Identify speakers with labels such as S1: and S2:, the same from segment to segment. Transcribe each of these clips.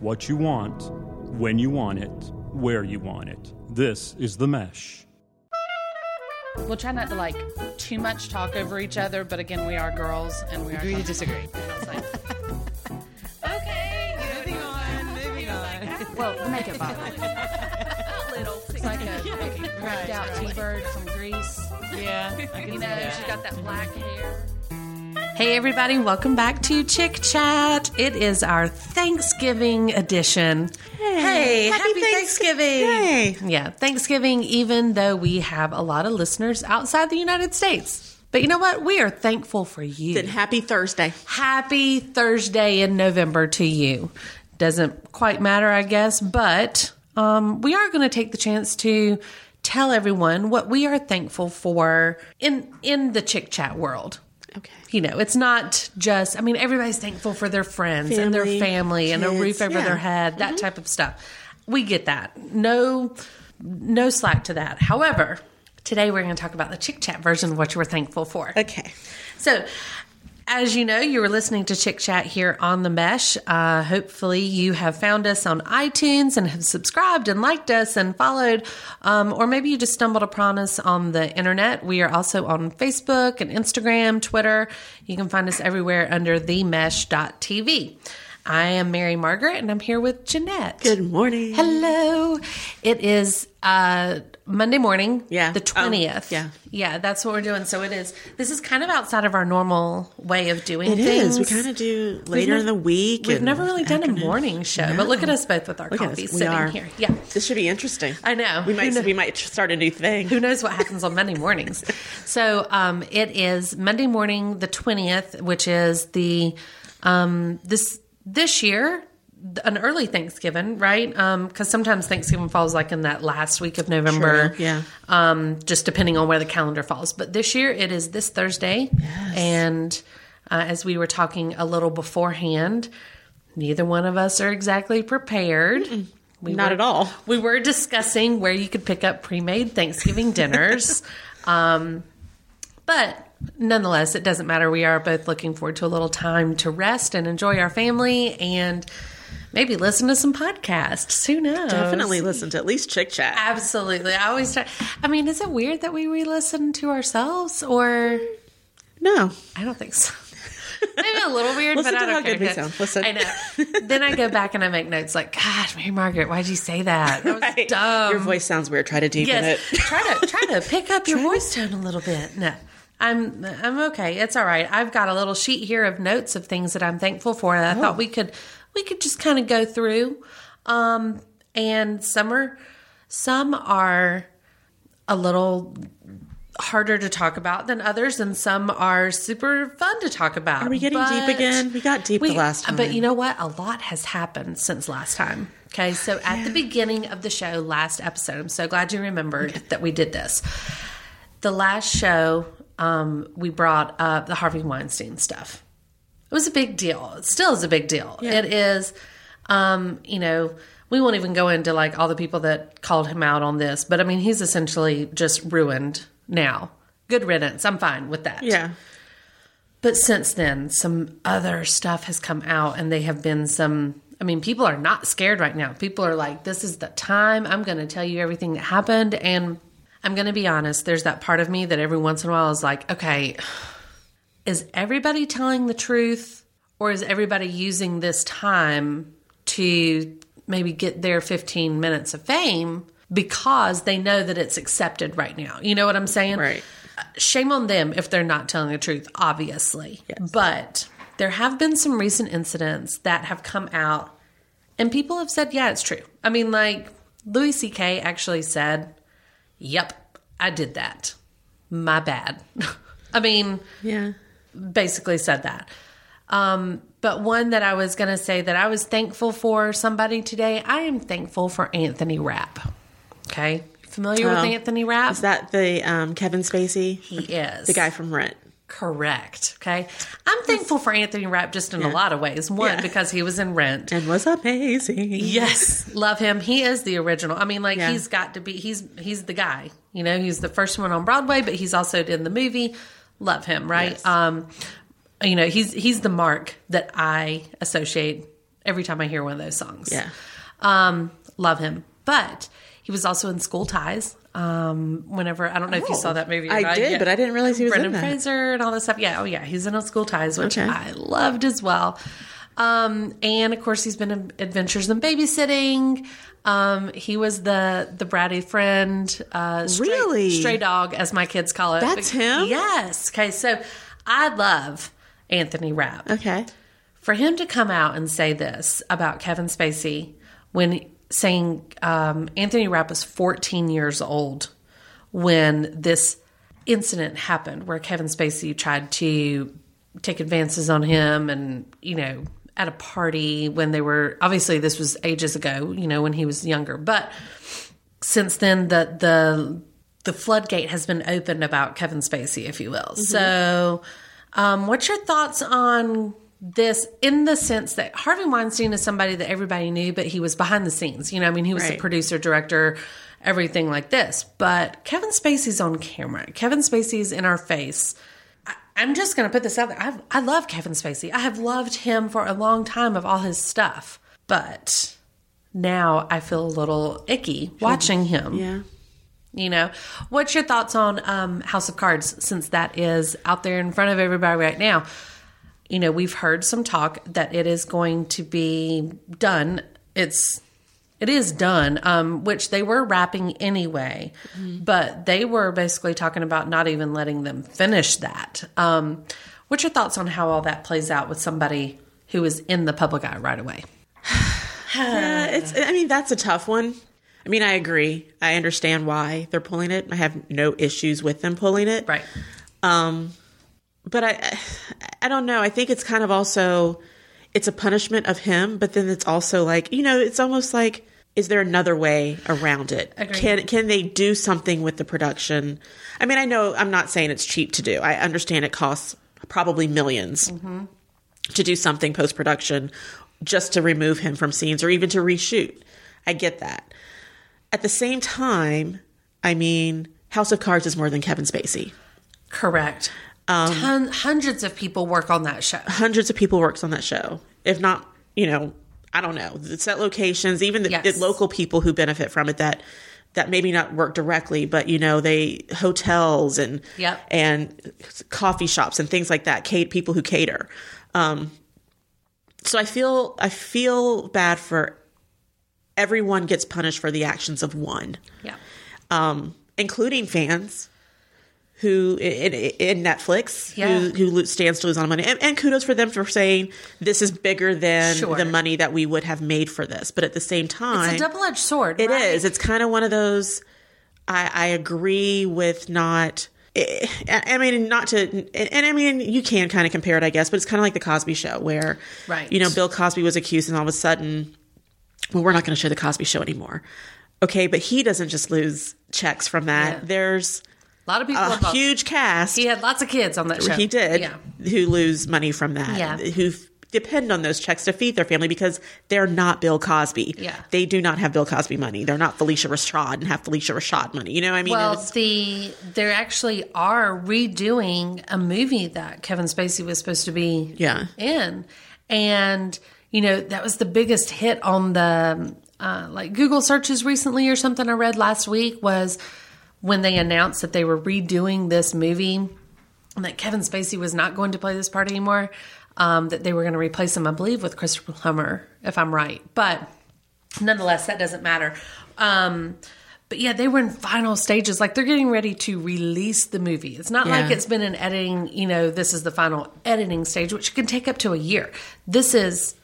S1: what you want, when you want it, where you want it. This is The Mesh.
S2: We'll try not to like too much talk over each other, but again, we are girls and we are.
S3: Agree to
S2: com-
S3: disagree.
S2: I was like,
S4: Okay, moving on, moving on.
S3: Well, make it violent.
S2: it's like a cracked out T-bird from Greece.
S4: Yeah, I
S2: You know, she's got that black hair.
S5: Hey, everybody, welcome back to Chick Chat. It is our Thanksgiving edition. Hey, happy, Thanksgiving. Yeah, Thanksgiving, even though we have a lot of listeners outside the United States. But you know what? We are thankful for you.
S6: Then happy Thursday.
S5: Happy Thursday in November to you. Doesn't quite matter, I guess, but um, we are going to take the chance to tell everyone what we are thankful for in in the chick chat world.
S6: Okay.
S5: You know, it's not just, I mean, everybody's thankful for their friends and their
S6: Family,
S5: family and a
S6: kids,
S5: roof over
S6: yeah. Mm-hmm.
S5: their head, that type of stuff. We get that. No, no slack to that. However, today we're going to talk about the chick chat version of what you were thankful for.
S6: Okay.
S5: So, as you know, you were listening to Chick Chat here on The Mesh. Uh, hopefully, you have found us on iTunes and have subscribed and liked us and followed, um, or maybe you just stumbled upon us on the internet. We are also on Facebook and Instagram, Twitter. You can find us everywhere under TheMesh.tv. I am Mary Margaret, and I'm here with Jeanette.
S6: Good morning.
S5: Hello. It is uh, Monday morning.
S6: Yeah.
S5: The
S6: Oh,
S5: 20th.
S6: yeah.
S5: Yeah, that's what we're doing. So it is. This is kind of outside of our normal way of doing
S6: It
S5: things.
S6: is. We kind of do later
S5: nev-
S6: in the week.
S5: We've
S6: and
S5: never really done
S6: afternoon.
S5: a morning show, but look at us both with our
S6: Look at
S5: coffee
S6: us. We
S5: sitting
S6: are.
S5: here. Yeah.
S6: This should be interesting.
S5: I know.
S6: We
S5: Who
S6: might
S5: kno-
S6: we might start a new thing.
S5: Who knows what happens on Monday mornings? So um, it is Monday morning, the twentieth, which is the um, this this year th- an early Thanksgiving, right? Because sometimes Thanksgiving falls like in that last week of November.
S6: Sure, yeah.
S5: Um, just depending on where the calendar falls, but this year it is this Thursday, and uh, as we were talking a little beforehand, neither one of us are exactly prepared. We
S6: Not
S5: were-
S6: at all.
S5: we were discussing where you could pick up pre-made Thanksgiving dinners. um, but nonetheless, it doesn't matter. We are both looking forward to a little time to rest and enjoy our family and maybe listen to some podcasts. Who knows?
S6: Definitely listen to at least Chick
S5: Ah,
S6: Chat.
S5: Absolutely. I always try. I mean, is it weird that we re-listen to ourselves or
S6: No.
S5: I don't think so. Maybe a little weird,
S6: Listen
S5: but I
S6: to
S5: don't
S6: how
S5: care.
S6: good we sound. Listen.
S5: I know. then I go back and I make notes like, "Gosh, Mary Margaret, why'd you say that? That was
S6: Right.
S5: dumb."
S6: Your voice sounds weird. Try to deepen
S5: Yes.
S6: it.
S5: try to try to pick up your voice tone a little bit. No. I'm I'm okay. It's all right. I've got a little sheet here of notes of things that I'm thankful for. that I
S6: Oh.
S5: thought we could we could just kind of go through. Um and some are some are a little harder to talk about than others and some are super fun to talk about.
S6: Are we getting deep again? We got deep the last
S5: But
S6: time.
S5: you know what? A lot has happened since last time. Okay, so at the beginning of the show, last episode, I'm so glad you remembered that we did this. The last show, um, we brought up the Harvey Weinstein stuff. It was a big deal. It still is a big deal. It is, um, you know, we won't even go into like all the people that called him out on this, but I mean, he's essentially just ruined now. Good riddance. I'm fine with that.
S6: Yeah.
S5: But since then, some other stuff has come out, and they have been some. I mean, people are not scared right now. People are like, this is the time. I'm going to tell you everything that happened. And I'm going to be honest, there's that part of me that every once in a while is like, okay, is everybody telling the truth or is everybody using this time to maybe get their 15 minutes of fame because they know that it's accepted right now? You know what I'm saying?
S6: Right.
S5: shame on them if they're not telling the truth, obviously. But there have been some recent incidents that have come out, and people have said, yeah, it's true. I mean, like Louis C.K. actually said, yep, I did that. My bad. I mean,
S6: Yeah.
S5: basically said that. Um, but one that I was going to say that I was thankful for somebody today, I am thankful for Anthony Rapp. Okay. Familiar with
S6: Oh.
S5: Anthony Rapp?
S6: Is that the um, Kevin Spacey?
S5: he is.
S6: The guy from Rent.
S5: Correct. Okay. I'm thankful for Anthony Rapp just in a lot of ways. One, because he was in Rent.
S6: And was amazing.
S5: Yes. Love him. He is the original. I mean, like
S6: Yeah.
S5: he's got to be he's he's the guy. You know, he's the first one on Broadway, but he's also in the movie. Love him, right?
S6: Yes.
S5: Um you know, he's he's the mark that I associate every time I hear one of those songs.
S6: Yeah.
S5: Um, love him. But he was also in School Ties. Um, whenever I don't know if you saw that movie, or
S6: Oh, I
S5: not.
S6: did,
S5: Yeah.
S6: but I didn't realize he was in
S5: Brendan
S6: that.
S5: Fraser and all this stuff. Yeah, oh yeah, he's in on School Ties, which
S6: Okay.
S5: I loved as well. Um, and of course, he's been in Adventures in Babysitting. Um, he was the the bratty friend, uh, stray,
S6: Really?
S5: stray dog, as my kids call it.
S6: That's him?
S5: Yes. Okay, so I love Anthony Rapp
S6: Okay.
S5: for him to come out and say this about Kevin Spacey when saying um, Anthony Rapp was 14 years old when this incident happened where Kevin Spacey tried to take advances on him and, you know, at a party when they were obviously this was ages ago, you know, when he was younger, but since then the the the floodgate has been opened about Kevin Spacey, if you will. So, um, what's your thoughts on this in the sense that Harvey Weinstein is somebody that everybody knew, but he was behind the scenes. You know, I mean, he was the
S6: Right.
S5: producer, director, everything like this. But Kevin Spacey's on camera. Kevin Spacey's in our face. I, I'm just going to put this out there. I've, I love Kevin Spacey. I have loved him for a long time of all his stuff, but now I feel a little icky watching him.
S6: Yeah.
S5: You know, what's your thoughts on um, House of Cards since that is out there in front of everybody right now? You know, we've heard some talk that it is going to be done. It's it is done, um, which they were wrapping anyway, but they were basically talking about not even letting them finish that. Um, what's your thoughts on how all that plays out with somebody who is in the public eye right away?
S6: Yeah, it's. I mean, that's a tough one. I mean, I agree. I understand why they're pulling it. I have no issues with them pulling it.
S5: Right.
S6: But I, I don't know. I think it's kind of also, it's a punishment of him. But then it's also like you know, it's almost like, is there another way around it?
S5: Agreed.
S6: Can can they do something with the production? I mean, I know I'm not saying it's cheap to do. I understand it costs probably 1000000s to do something post production, just to remove him from scenes or even to reshoot. I get that. At the same time, I mean, House of Cards is more than Kevin Spacey.
S5: Correct. Ton- hundreds of people work on that show.
S6: Hundreds of people works on that show. If not, you know, I don't know. The set locations, even the,
S5: Yes.
S6: the local people who benefit from it that that maybe not work directly, but you know, they hotels and
S5: Yep.
S6: and coffee shops and things like that. Cate people who cater. Um, so I feel I feel bad for everyone gets punished for the actions of one.
S5: Yeah.
S6: um, including fans who in, in in Netflix
S5: Yeah.
S6: who, who lo- stands to lose on money. And, and kudos for them for saying this is bigger than
S5: Sure.
S6: the money that we would have made for this. But at the same time,
S5: It's a double edged sword.
S6: it
S5: right?
S6: is. It's kind of one of those. I, I agree with not. I I mean, not to, and and I mean, you can kind of compare it, I guess, but it's kind of like the Cosby Show, where,
S5: Right.
S6: You know, Bill Cosby was accused, and all of a sudden, well, we're not going to show the Cosby Show anymore. Okay, but he doesn't just lose checks from that.
S5: Yeah.
S6: There's
S5: A lot of people.
S6: a
S5: involved.
S6: huge cast.
S5: he had lots of kids on that show.
S6: He did.
S5: Yeah.
S6: Who lose money from that.
S5: Yeah.
S6: Who f- depend on those checks to feed their family because they're not Bill Cosby.
S5: Yeah.
S6: They do not have Bill Cosby money. They're not Felicia Rashad and have Felicia Rashad money. You know what I mean?
S5: Well,
S6: It's-
S5: the they actually are redoing a movie that Kevin Spacey was supposed to be
S6: Yeah.
S5: in, and you know that was the biggest hit on the uh, like Google searches recently or something I read last week was when they announced that they were redoing this movie and that Kevin Spacey was not going to play this part anymore. Um, that they were going to replace him, I believe, with Christopher Plummer, if I'm right, but nonetheless, that doesn't matter. Um, but yeah, they were in final stages. Like they're getting ready to release the movie. It's not like
S6: Yeah.
S5: it's been in editing, you know, this is the final editing stage, which can take up to a year. This is,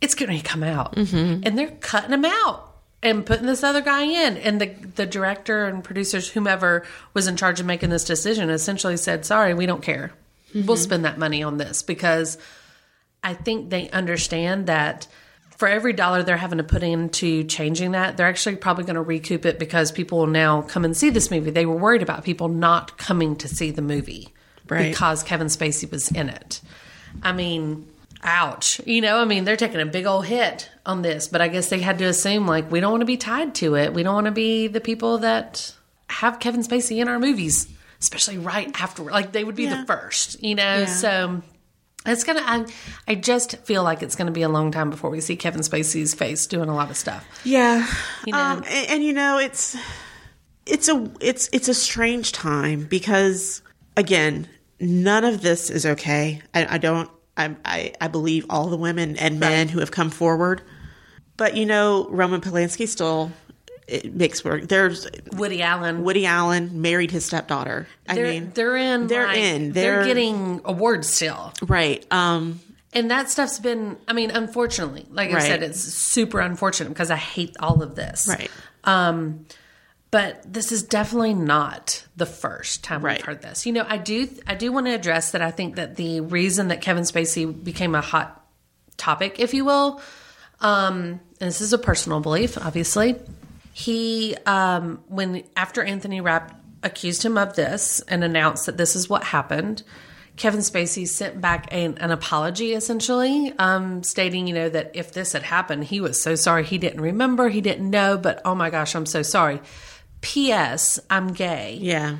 S5: it's going to come out. And they're cutting him out and putting this other guy in. And the, the director and producers, whomever was in charge of making this decision, essentially said, sorry, we don't care. We'll spend that money on this because I think they understand that for every dollar they're having to put into changing that, they're actually probably going to recoup it because people will now come and see this movie. They were worried about people not coming to see the movie
S6: Right.
S5: because Kevin Spacey was in it. I mean, ouch. You know, I mean, they're taking a big old hit on this, but I guess they had to assume, like, we don't want to be tied to it. We don't want to be the people that have Kevin Spacey in our movies, especially right after. Like, they would be
S6: Yeah.
S5: the first, you know? So It's gonna. I, I just feel like it's gonna be a long time before we see Kevin Spacey's face doing a lot of stuff.
S6: Yeah.
S5: know.
S6: Um, a- and, you know, it's it's a it's it's a strange time because again, none of this is okay. I, I don't I, I I believe all the women and men who have come forward, but you know, Roman Polanski still it makes work. There's
S5: Woody Allen.
S6: Woody Allen married his stepdaughter. I
S5: they're,
S6: mean,
S5: they're in.
S6: they're
S5: like,
S6: in.
S5: They're,
S6: They're-
S5: getting awards still,
S6: right. Um,
S5: and that stuff's been. I mean, unfortunately, like I
S6: Right.
S5: said, it's super unfortunate because I hate all of this.
S6: right.
S5: but this is definitely not the first time
S6: Right.
S5: we've heard this. You know, I do I do want to address that I think that the reason that Kevin Spacey became a hot topic, if you will, um, and this is a personal belief, obviously. He um, when after Anthony Rapp accused him of this and announced that this is what happened, Kevin Spacey sent back an, an apology, essentially, um, stating, you know, that if this had happened, he was so sorry. He didn't remember. He didn't know. But oh my gosh, I'm so sorry. P.S. I'm gay.
S6: Yeah.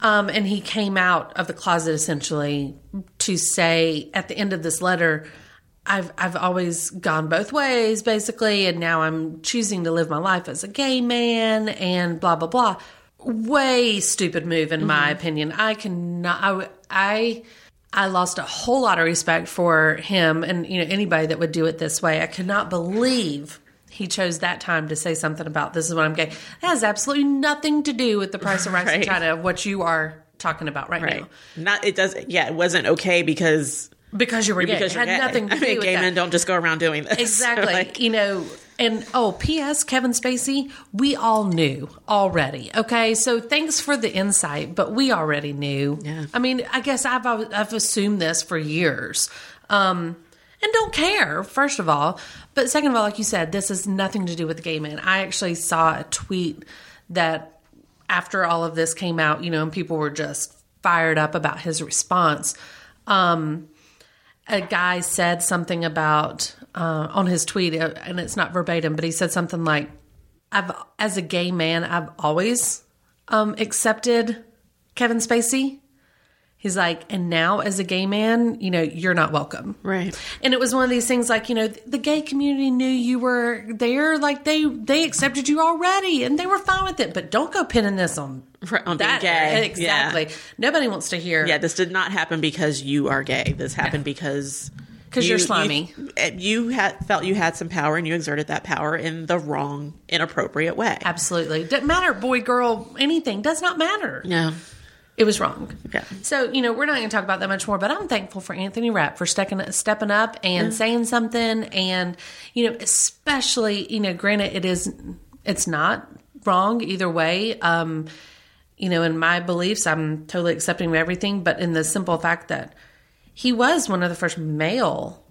S5: Um, and he came out of the closet essentially to say at the end of this letter, I've I've always gone both ways basically, and now I'm choosing to live my life as a gay man and blah blah blah. Way stupid move in my opinion. I cannot. I w- I I lost a whole lot of respect for him and you know anybody that would do it this way. I cannot believe he chose that time to say something about this is what I'm gay. That has absolutely nothing to do with the price of rice in
S6: Right.
S5: China of what you are talking about right,
S6: Right.
S5: now
S6: Not it doesn't. Yeah, it wasn't okay because
S5: because you were gay.
S6: because
S5: it had
S6: you're gay.
S5: nothing to
S6: I
S5: do
S6: mean,
S5: with
S6: gay
S5: that.
S6: men don't just go around doing this.
S5: Exactly.
S6: Like,
S5: you know, and oh, P.S. Kevin Spacey, we all knew already. Okay, so thanks for the insight, but we already knew.
S6: Yeah.
S5: I mean, I guess I've al- I've assumed this for years, um, and don't care. First of all, but second of all, like you said, this has nothing to do with gay men. I actually saw a tweet that after all of this came out, you know, and people were just fired up about his response. Um, a guy said something about uh, on his tweet, uh, and it's not verbatim, but he said something like, "I've as a gay man, I've always um, accepted Kevin Spacey." He's like, and now as a gay man, you know, you're not welcome.
S6: Right.
S5: And it was one of these things like, you know, the gay community knew you were there, like they they accepted you already and they were fine with it. But don't go pinning this on,
S6: Right, on being gay. Yeah.
S5: Exactly. Nobody wants to hear
S6: Yeah, this did not happen because you are gay. This happened because
S5: because you, are slimy.
S6: You, eh, you had, felt you had some power, and you exerted that power in the wrong, inappropriate way.
S5: Absolutely. Doesn't matter, boy, girl, anything. Does not matter.
S6: Yeah,
S5: It was wrong.
S6: Okay.
S5: So, you know, we're not going to talk about that much more, but I'm thankful for Anthony Rapp for stepping, stepping up and saying something. And, you know, especially, you know, granted, it is, it's not wrong either way. Um, you know, in my beliefs, I'm totally accepting of everything, but in the simple fact that he was one of the first male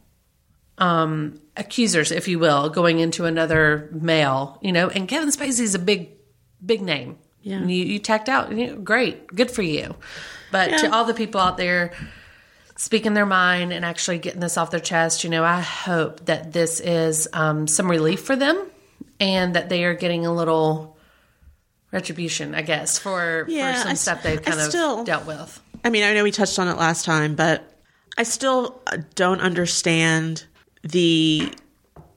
S5: um, accusers, if you will, going into another male, you know, and Kevin Spacey's a big, big name. Yeah. You, you tacked out. You know, great. Good for you. But to
S6: Yeah.
S5: all the people out there speaking their mind and actually getting this off their chest, you know, I hope that this is um, some relief for them and that they are getting a little retribution, I guess, for,
S6: Yeah,
S5: for some
S6: I s-
S5: stuff they've
S6: I
S5: kind of
S6: still-
S5: dealt with.
S6: I mean, I know we touched on it last time, but I still uh, don't understand the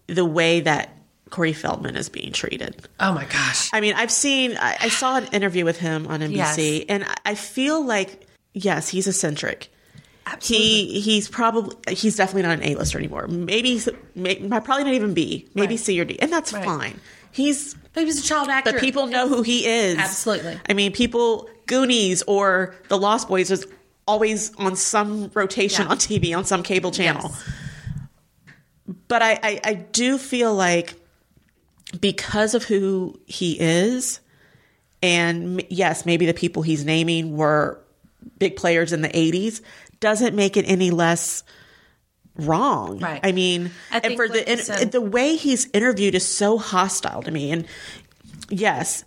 S6: the way that Corey Feldman is being treated.
S5: Oh my gosh.
S6: I mean, I've seen, I, I saw an interview with him on NBC,
S5: Yes.
S6: and I, I feel like, yes, he's eccentric.
S5: Absolutely.
S6: He he's probably he's definitely not an A-lister anymore. Maybe he's- may, probably not even B. Maybe
S5: Right.
S6: C or D, and that's
S5: Right.
S6: fine. He's
S5: But he was a child actor.
S6: but people know who he is.
S5: Absolutely.
S6: I mean, people Goonies or The Lost Boys is always on some rotation
S5: Yeah.
S6: on TV on some cable channel.
S5: Yes.
S6: But I, I I do feel like because of who he is, and m- yes, maybe the people he's naming were big players in the 80s doesn't make it any less wrong.
S5: Right.
S6: I mean,
S5: I
S6: and
S5: think
S6: for
S5: like
S6: the
S5: you
S6: and
S5: said-
S6: the way he's interviewed is so hostile to me and yes,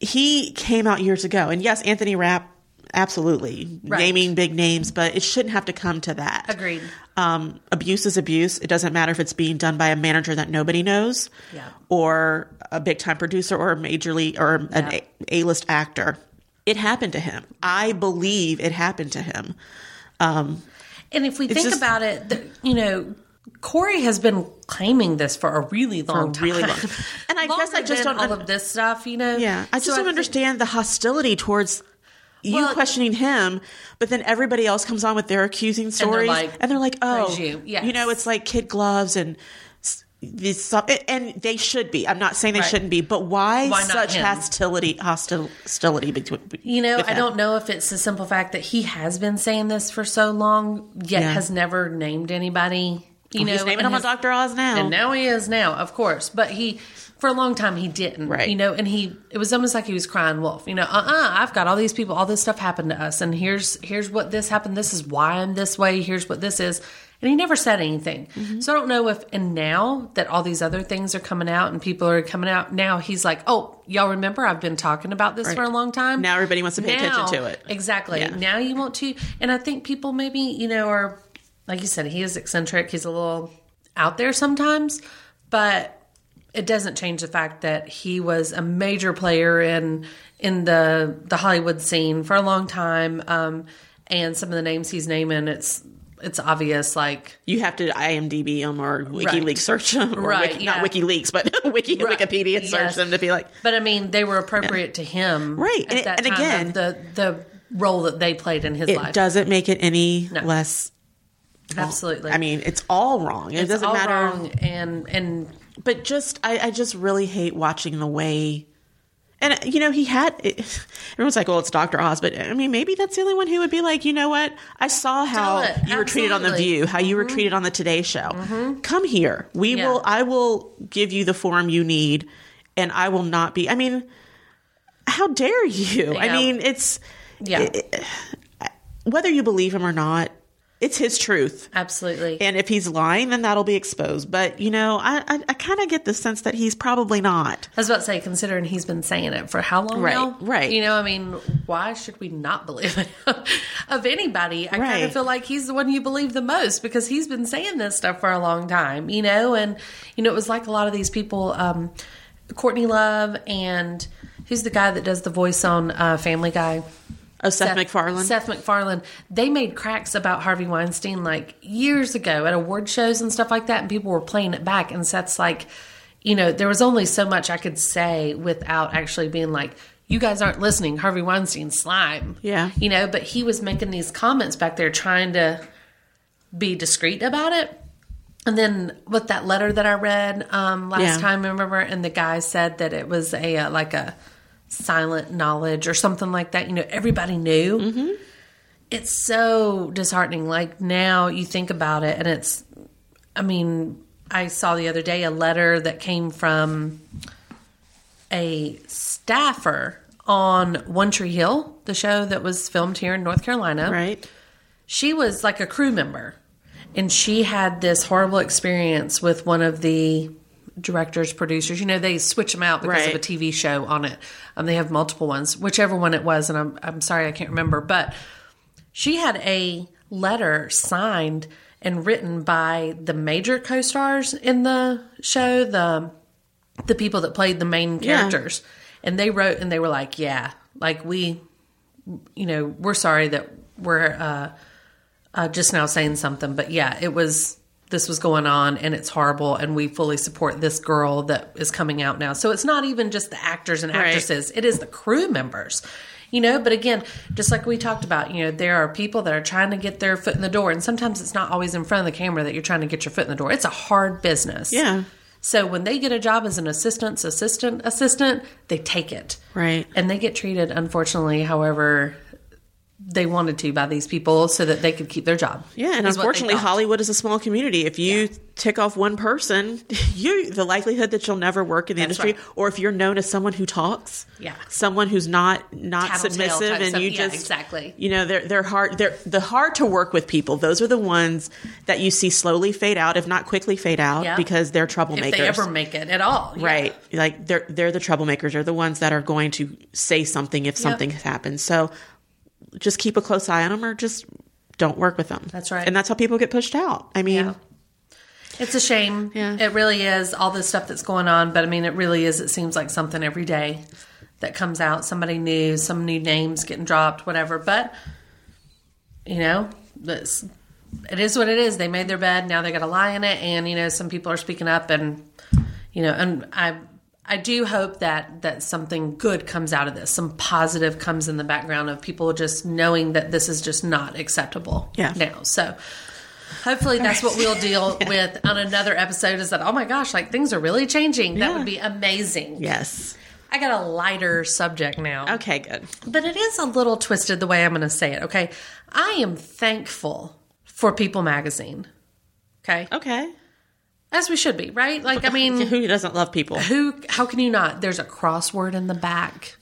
S6: he came out years ago and yes, Anthony Rapp absolutely
S5: Right.
S6: naming big names, but it shouldn't have to come to that.
S5: Agreed.
S6: Um, abuse is abuse. It doesn't matter if it's being done by a manager that nobody knows
S5: Yeah.
S6: or a big time producer or a major league or an A list actor. It happened to him. I believe it happened to him.
S5: and if we think
S6: just-
S5: about it, the, you know, Corey has been claiming this for a really long time.
S6: really long- And I guess I
S5: Longer
S6: just
S5: than
S6: don't un-
S5: all of this stuff. You know,
S6: Yeah, I just
S5: So
S6: don't
S5: think-
S6: understand the hostility towards you
S5: Well-
S6: questioning him, but then everybody else comes on with their accusing stories,
S5: like,
S6: and they're like, "Oh,
S5: praise you. Yes.
S6: you know, it's like kid gloves and." s- These, stuff- and they should be. I'm not saying they
S5: Right.
S6: shouldn't be, but why,
S5: Why not
S6: such
S5: him?
S6: hostility? Hostil- hostility between
S5: You know,
S6: with
S5: I
S6: him?
S5: don't know if it's the simple fact that he has been saying this for so long, yet
S6: Yeah. Oh,
S5: has never named anybody. You know,
S6: He's naming
S5: and
S6: him on
S5: has-
S6: Doctor Oz now.
S5: and now he is now, of course. But he, for a long time, he didn't,
S6: Right.
S5: You know, and he, it was almost like he was crying wolf. You know, uh, uh-uh, I've got all these people, all this stuff happened to us, and here's here's what this happened. This is why I'm this way. Here's what this is, and he never said anything.
S6: Mm-hmm.
S5: So I don't know if, and now that all these other things are coming out and people are coming out, now he's like, oh, y'all remember I've been talking about this for a long time.
S6: Now everybody wants to pay attention to it.
S5: Exactly.
S6: Yeah.
S5: Now you want to, and I think people maybe you know are like you said, he is eccentric. He's a little out there sometimes, but it doesn't change the fact that he was a major player in in the the Hollywood scene for a long time. Um, and some of the names he's naming, it's it's obvious. Like
S6: you have to IMDb him or WikiLeaks search him, or
S5: Right,
S6: Wiki,
S5: yeah.
S6: not WikiLeaks, but Wiki
S5: Right.
S6: Wikipedia search
S5: Yes.
S6: them to be like,
S5: But I mean, they were appropriate to him,
S6: Right.
S5: At
S6: And it-
S5: that
S6: and
S5: time
S6: again-
S5: of the the role that they played in his
S6: it
S5: life,
S6: doesn't make it any less.
S5: absolutely.
S6: I mean, it's all wrong. It
S5: It's
S6: doesn't
S5: all
S6: matter.
S5: wrong and and
S6: but just I, I just really hate watching the way and uh, you know he had it, everyone's like well it's dr oz but i mean maybe that's the only one who would be like you know what i saw how
S5: Tell it.
S6: you were treated on the
S5: Absolutely. Mm-hmm.
S6: view how you were treated on the today show come here we
S5: Yeah.
S6: will i will give you the forum you need and i will not be i mean how dare you i
S5: Yeah.
S6: mean it's
S5: yeah,
S6: whether you believe him or not it's his truth
S5: absolutely.
S6: and if he's lying, then that'll be exposed. But you know, I I, I kind of get the sense that he's probably not.
S5: I was about to say, considering he's been saying it for how long
S6: Right,
S5: now?
S6: right.
S5: You know, I mean, why should we not believe it of anybody? I kind
S6: Right.
S5: of feel like he's the one you believe the most because he's been saying this stuff for a long time, you know? And, you know, it was like a lot of these people, um, Courtney Love and who's the guy that does the voice on uh, Family Guy?
S6: Oh, Seth, MacFarlane.
S5: Seth MacFarlane. They made cracks about Harvey Weinstein like years ago at award shows and stuff like that, and people were playing it back. And Seth's like, you know, there was only so much I could say without actually being like, you guys aren't listening. Harvey Weinstein slime.
S6: Yeah.
S5: You know, but he was making these comments back there trying to be discreet about it. And then with that letter that I read um, last
S6: Yeah.
S5: time, remember? And the guy said that it was a uh, like a silent knowledge or something like that. You know, everybody knew. It's so disheartening. Like now you think about it, and it's. I mean, I saw the other day a letter that came from a staffer on One Tree Hill, the show that was filmed here in North Carolina
S6: right.
S5: she was like a crew member and she had this horrible experience with one of the directors producers you know they switch them out because of
S6: Right.
S5: a tv show on it um, they have multiple ones whichever one it was and I'm, I'm sorry i can't remember but she had a letter signed and written by the major co-stars in the show the the people that played the main characters and they wrote and they were like yeah like we you know we're sorry that we're uh, uh just now saying something but yeah it was this was going on and it's horrible and we fully support this girl that is coming out now so it's not even just the actors and actresses it is the crew members you know but again just like we talked about you know there are people that are trying to get their foot in the door and sometimes it's not always in front of the camera that you're trying to get your foot in the door it's a hard business
S6: Yeah.
S5: so when they get a job as an assistant, assistant, assistant, they take it.
S6: Right.
S5: And they get treated, unfortunately, however they wanted to by these people so that they could keep their job.
S6: Yeah, and
S5: is what they
S6: unfortunately,
S5: thought.
S6: Hollywood is a small community. If you tick off one person, you the likelihood that you'll never work in the
S5: That's
S6: industry,
S5: right.
S6: or if you're known as someone who talks,
S5: Yeah.
S6: someone who's not not
S5: Tattletale
S6: submissive,
S5: type
S6: and
S5: stuff.
S6: you
S5: Yeah,
S6: just
S5: exactly.
S6: you know they're they're hard they're the hard to work with people. Those are the ones that you see slowly fade out, if not quickly fade out,
S5: Yeah.
S6: because they're
S5: If
S6: troublemakers.
S5: they ever make it at all. Yeah.
S6: Right. Like they're they're the troublemakers. They're the ones that are going to say something if something has happened. So just keep a close eye on them or just don't work with them.
S5: That's right.
S6: And that's how people get pushed out. I mean,
S5: Yeah. It's a shame.
S6: Yeah.
S5: It really is all this stuff that's going on, but I mean, it really is. It seems like something every day that comes out. Somebody new, some new names getting dropped, whatever. But you know, that's it is what it is. They made their bed. Now they got to lie in it, and you know some people are speaking up, and you know, and I I do hope that that something good comes out of this, some positive comes in the background of people just knowing that this is just not acceptable.
S6: Yeah.
S5: Now, so. Hopefully that's what we'll deal with on another episode is that oh my gosh like things are really changing that
S6: Yeah.
S5: would be amazing.
S6: Yes.
S5: I got a lighter subject now.
S6: Okay, good.
S5: But it is a little twisted the way I'm going to say it, okay? I am thankful for People magazine. Okay?
S6: Okay.
S5: As we should be, right? Like I mean,
S6: Who doesn't love people?
S5: who how can you not? There's a crossword in the back.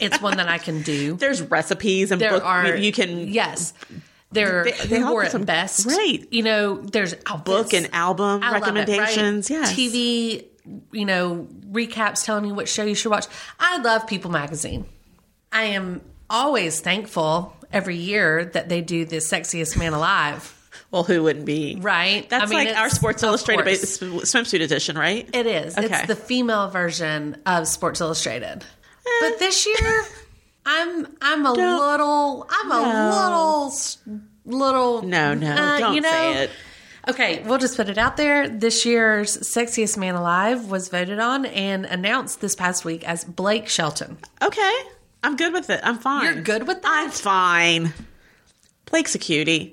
S5: it's one that I can do.
S6: There's recipes and
S5: There
S6: book,
S5: are
S6: you can
S5: Yes. There
S6: They- they
S5: who wore
S6: offer
S5: it
S6: some
S5: best.
S6: great-
S5: You know, there's outfits.
S6: book and album
S5: I love it, right?
S6: recommendations. Yes.
S5: TV, you know, recaps telling you what show you should watch. I love People magazine. I am always thankful every year that they do the sexiest man alive.
S6: Well, who wouldn't be?
S5: Right.
S6: That's
S5: I mean,
S6: like our
S5: it's-
S6: Sports
S5: of
S6: Illustrated ba-
S5: course.
S6: sw- swimsuit edition, right?
S5: It is.
S6: Okay.
S5: It's the female version of Sports Illustrated. But this year I'm I'm a
S6: Eh. Don't-
S5: little I'm a little s- little
S6: no, no,
S5: uh,
S6: don't
S5: you know,
S6: say it.
S5: Okay, we'll just put it out there. This year's Sexiest Man Alive was voted on and announced this past week as Blake Shelton.
S6: Okay, I'm good with it. I'm fine.
S5: You're good with
S6: I'm
S5: that?
S6: fine. Blake's a cutie.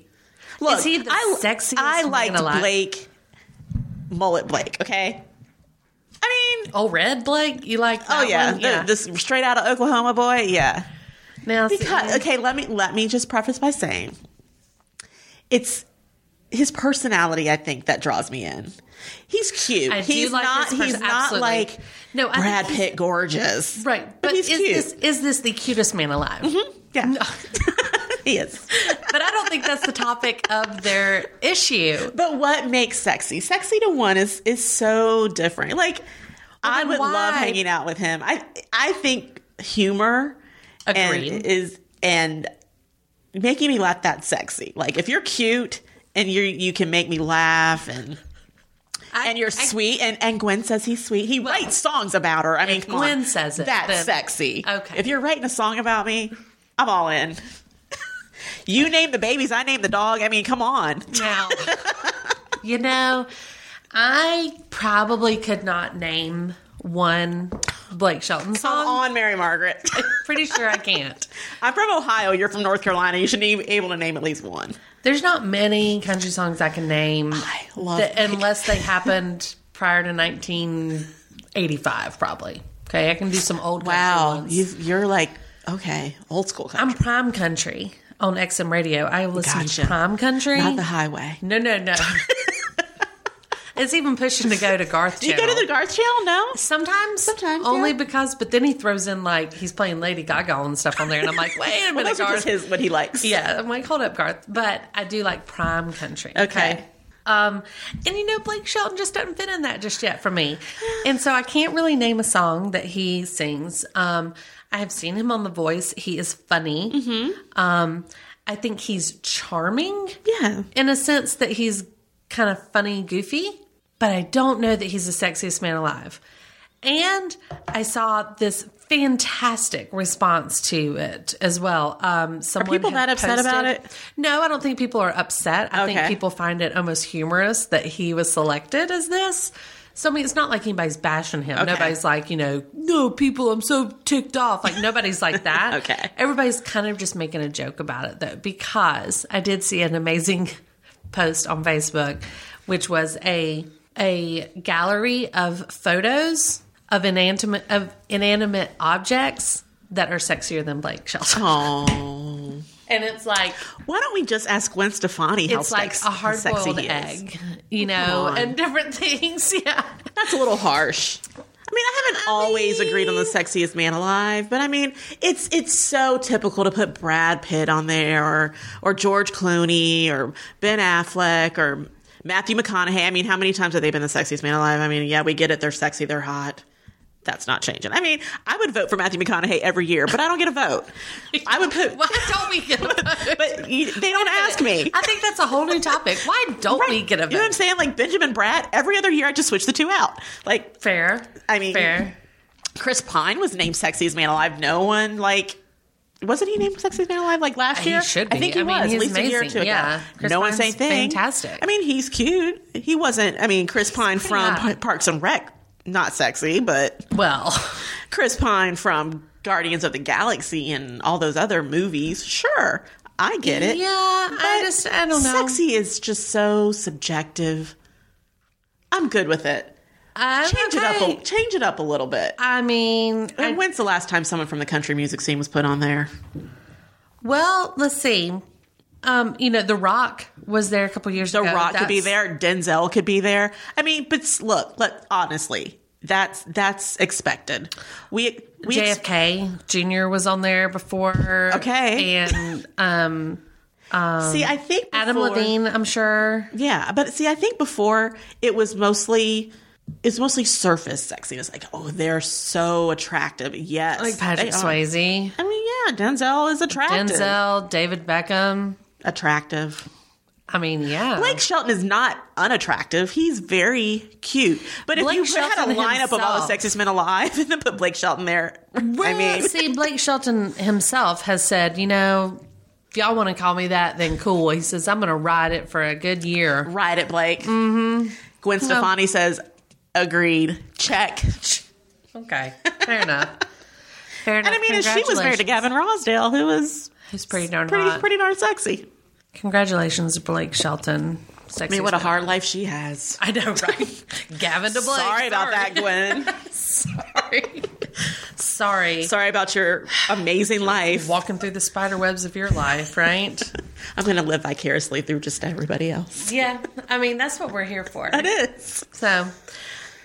S6: Look,
S5: he the
S6: I,
S5: sexiest
S6: I
S5: man
S6: liked
S5: alive?
S6: Blake, mullet Blake. Okay, I mean,
S5: Oh, Red Blake? You like
S6: oh
S5: that
S6: yeah,
S5: one?
S6: the- this straight out of Oklahoma boy. Yeah,
S5: now, see,
S6: because okay, let me let me just preface by saying, it's his personality. I think that draws me in. He's cute.
S5: I do
S6: he's
S5: like
S6: not.
S5: his pers-
S6: he's not
S5: absolutely.
S6: like
S5: No, I think
S6: Brad
S5: he's-
S6: Pitt gorgeous.
S5: Right, but,
S6: but, he's
S5: is
S6: cute. Mm-hmm.
S5: this is this the cutest man alive?
S6: yeah, he is.
S5: But I don't think that's the topic of their issue.
S6: But what makes sexy? Sexy to one is is so different. Like I
S5: then
S6: would
S5: why-
S6: love hanging out with him. I I think humor and
S5: Agreed.
S6: is and making me laugh that's sexy. Like if you're cute and you you can make me laugh and
S5: I-
S6: and you're
S5: I-
S6: sweet and, and Gwen says he's sweet. He writes songs about her. I mean,
S5: if
S6: come on.
S5: Gwen says it,
S6: That's
S5: then-
S6: sexy.
S5: Okay.
S6: If you're writing a song about me, I'm all in. you name the babies, I name the dog. I mean, come on.
S5: Now, you know, I probably could not name one Blake Shelton
S6: Come
S5: song.
S6: on, Mary Margaret.
S5: Pretty sure I can't.
S6: I'm from Ohio. You're from North Carolina. You should be able to name at least one.
S5: There's not many country songs I can name
S6: I love
S5: that-
S6: Blake.
S5: unless they happened prior to 1985, probably. Okay, I can do some old country
S6: Wow,
S5: ones.
S6: You've, you're like okay, old school country.
S5: I'm prime country on XM radio. I listen
S6: Gotcha.
S5: to prime country.
S6: Not the highway.
S5: no, no, no. it's even pushing to go to Garth.
S6: Do you go
S5: Channel.
S6: to the Garth Channel? No.
S5: Sometimes,
S6: Sometimes,
S5: only
S6: yeah.
S5: because. But then he throws in like he's playing Lady Gaga and stuff on there, and I'm like, wait a
S6: Well,
S5: minute,
S6: those are
S5: Garth.
S6: just his what he likes.
S5: yeah, I'm like, hold up, Garth. But I do like prime country.
S6: Okay.
S5: Um, and you know, Blake Shelton just doesn't fit in that just yet for me, and so I can't really name a song that he sings. Um, I have seen him on The Voice. He is funny. Um, I think he's charming
S6: Yeah.
S5: in a sense that he's kind of funny, goofy, but I don't know that he's the sexiest man alive. And I saw this fantastic response to it as well. Um, someone
S6: people
S5: had
S6: that upset about
S5: posted-
S6: it?
S5: No, I don't think people are upset. I think
S6: Okay.
S5: people find it almost humorous that he was selected as this. So I mean, it's not like anybody's bashing him. Nobody's like, you know, no people, I'm so ticked off. Like nobody's like that.
S6: Okay.
S5: Everybody's kind of just making a joke about it though, because I did see an amazing post on Facebook, which was a a gallery of photos of inanimate of inanimate objects that are sexier than Blake Shelton.
S6: Oh.
S5: And it's like
S6: Why don't we just ask Gwen Stefani how
S5: it's like
S6: sex-
S5: a
S6: how
S5: hard
S6: sexy
S5: boiled
S6: he is?
S5: egg, you
S6: Come
S5: know,
S6: on.
S5: and different things. Yeah.
S6: That's a little harsh. I mean, I haven't always agreed on the sexiest man alive, but I mean, it's it's so typical to put Brad Pitt on there or or George Clooney or Ben Affleck or Matthew McConaughey. I mean, how many times have they been the sexiest man alive? I mean, yeah, we get it. They're sexy, they're hot. That's not changing. I mean, I would vote for Matthew McConaughey every year, but I don't get a vote. I would put
S5: Why don't we get a vote?
S6: but you, they don't ask me.
S5: I think that's a whole new topic. Why don't we get a
S6: You know what I'm
S5: vote?
S6: saying? Like Benjamin Bratt, every other year I just switch the two out. Like
S5: Fair.
S6: I mean-
S5: fair.
S6: Chris Pine was named sexiest man alive. No one like wasn't he named Sexiest Man Alive like last
S5: He
S6: year?
S5: should
S6: I
S5: be.
S6: think he
S5: I mean,
S6: was
S5: he's
S6: at least a year or
S5: amazing.
S6: two ago.
S5: Yeah. Chris
S6: no one
S5: Pine's
S6: say thing.
S5: fantastic.
S6: I mean, he's cute. He wasn't. I mean, Chris Pine from
S5: hot.
S6: P- Parks and Rec, not sexy, but
S5: Well,
S6: Chris Pine from Guardians of the Galaxy and all those other movies. Sure, I get it.
S5: Yeah, I
S6: But
S5: just- I don't know.
S6: Sexy is just so subjective. I'm good with it.
S5: I'm
S6: Change it up. A, change it up a little bit.
S5: Um, I mean, I-
S6: And when's the last time someone from the country music scene was put on there?
S5: well, let's see. Um, you know, The Rock was there a couple years
S6: The
S5: ago.
S6: Rock could be
S5: That's-
S6: there. Denzel could be there. I mean, but s- look, let honestly, that's that's expected. We we ex-
S5: JFK Jr. was on there before.
S6: Okay.
S5: And um,
S6: see. I think
S5: Adam
S6: before-
S5: Levine, I'm sure.
S6: Yeah, but see, I think before it was mostly it's mostly surface sexiness. Like, oh, they're so attractive. Yes,
S5: Like Patrick
S6: they are.
S5: Swayze,
S6: I mean, yeah, Denzel is attractive.
S5: Denzel, David Beckham.
S6: Attractive.
S5: I mean, yeah.
S6: Blake Shelton is not unattractive. He's very cute. But if
S5: Blake
S6: you had a
S5: Shelton
S6: lineup of all
S5: himself.
S6: the sexiest men alive and then put Blake Shelton there, I mean,
S5: see, Blake Shelton himself has said, you know, if y'all want to call me that, then cool. He says, I'm going to ride it for a good year.
S6: ride it, Blake. Mm-hmm. Gwen Stefani says, agreed. Check.
S5: Okay. Fair enough. Fair enough.
S6: And I mean, and she was married
S5: Congratulations.
S6: to Gavin Rosdale, who was
S5: He's pretty darn
S6: pretty,
S5: hot.
S6: pretty darn sexy.
S5: Congratulations, Blake Shelton. Sexy.
S6: I mean, what a hard life she has.
S5: I know, right? Gavin to Blake.
S6: Sorry about that, Gwen.
S5: Sorry. Sorry.
S6: Sorry about your amazing life.
S5: Walking through the spider webs of your life, right?
S6: I'm going to live vicariously through just everybody else.
S5: yeah. I mean, that's what we're here for.
S6: It is.
S5: So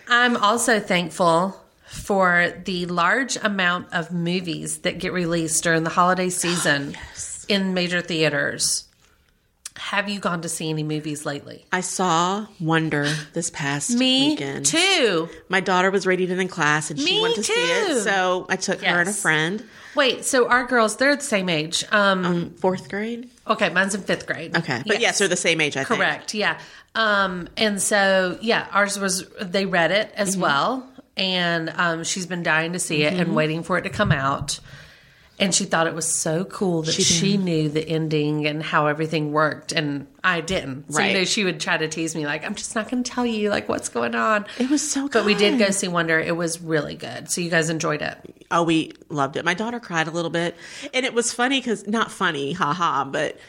S5: I'm also thankful for the large amount of movies that get released during the holiday season in major theaters. Have you gone to see any movies lately?
S6: I saw Wonder this past
S5: Me
S6: weekend.
S5: too.
S6: My daughter was reading it in class, and she
S5: Me
S6: went to see
S5: too.
S6: it. So I took her and a
S5: Yes.
S6: friend.
S5: Wait, so our girls, they're the same age. Um,
S6: Fourth grade.
S5: okay, mine's in fifth grade.
S6: Oh. Okay, but yes, they're the same age. I think.
S5: Correct. Yeah. Um, and so yeah, ours was they read it as
S6: Mm-hmm.
S5: well, and um, she's been dying to see it and waiting for it to come out. And she thought it was so cool that she, knew the ending and how everything worked, and I didn't. So you
S6: Right.
S5: know, she would try to tease me like, "I'm just not going to tell you like what's going on."
S6: It was so. Good.
S5: But we did go see Wonder. It was really good. So you guys enjoyed it.
S6: Oh, we loved it. My daughter cried a little bit, and it was funny because not funny, haha, but.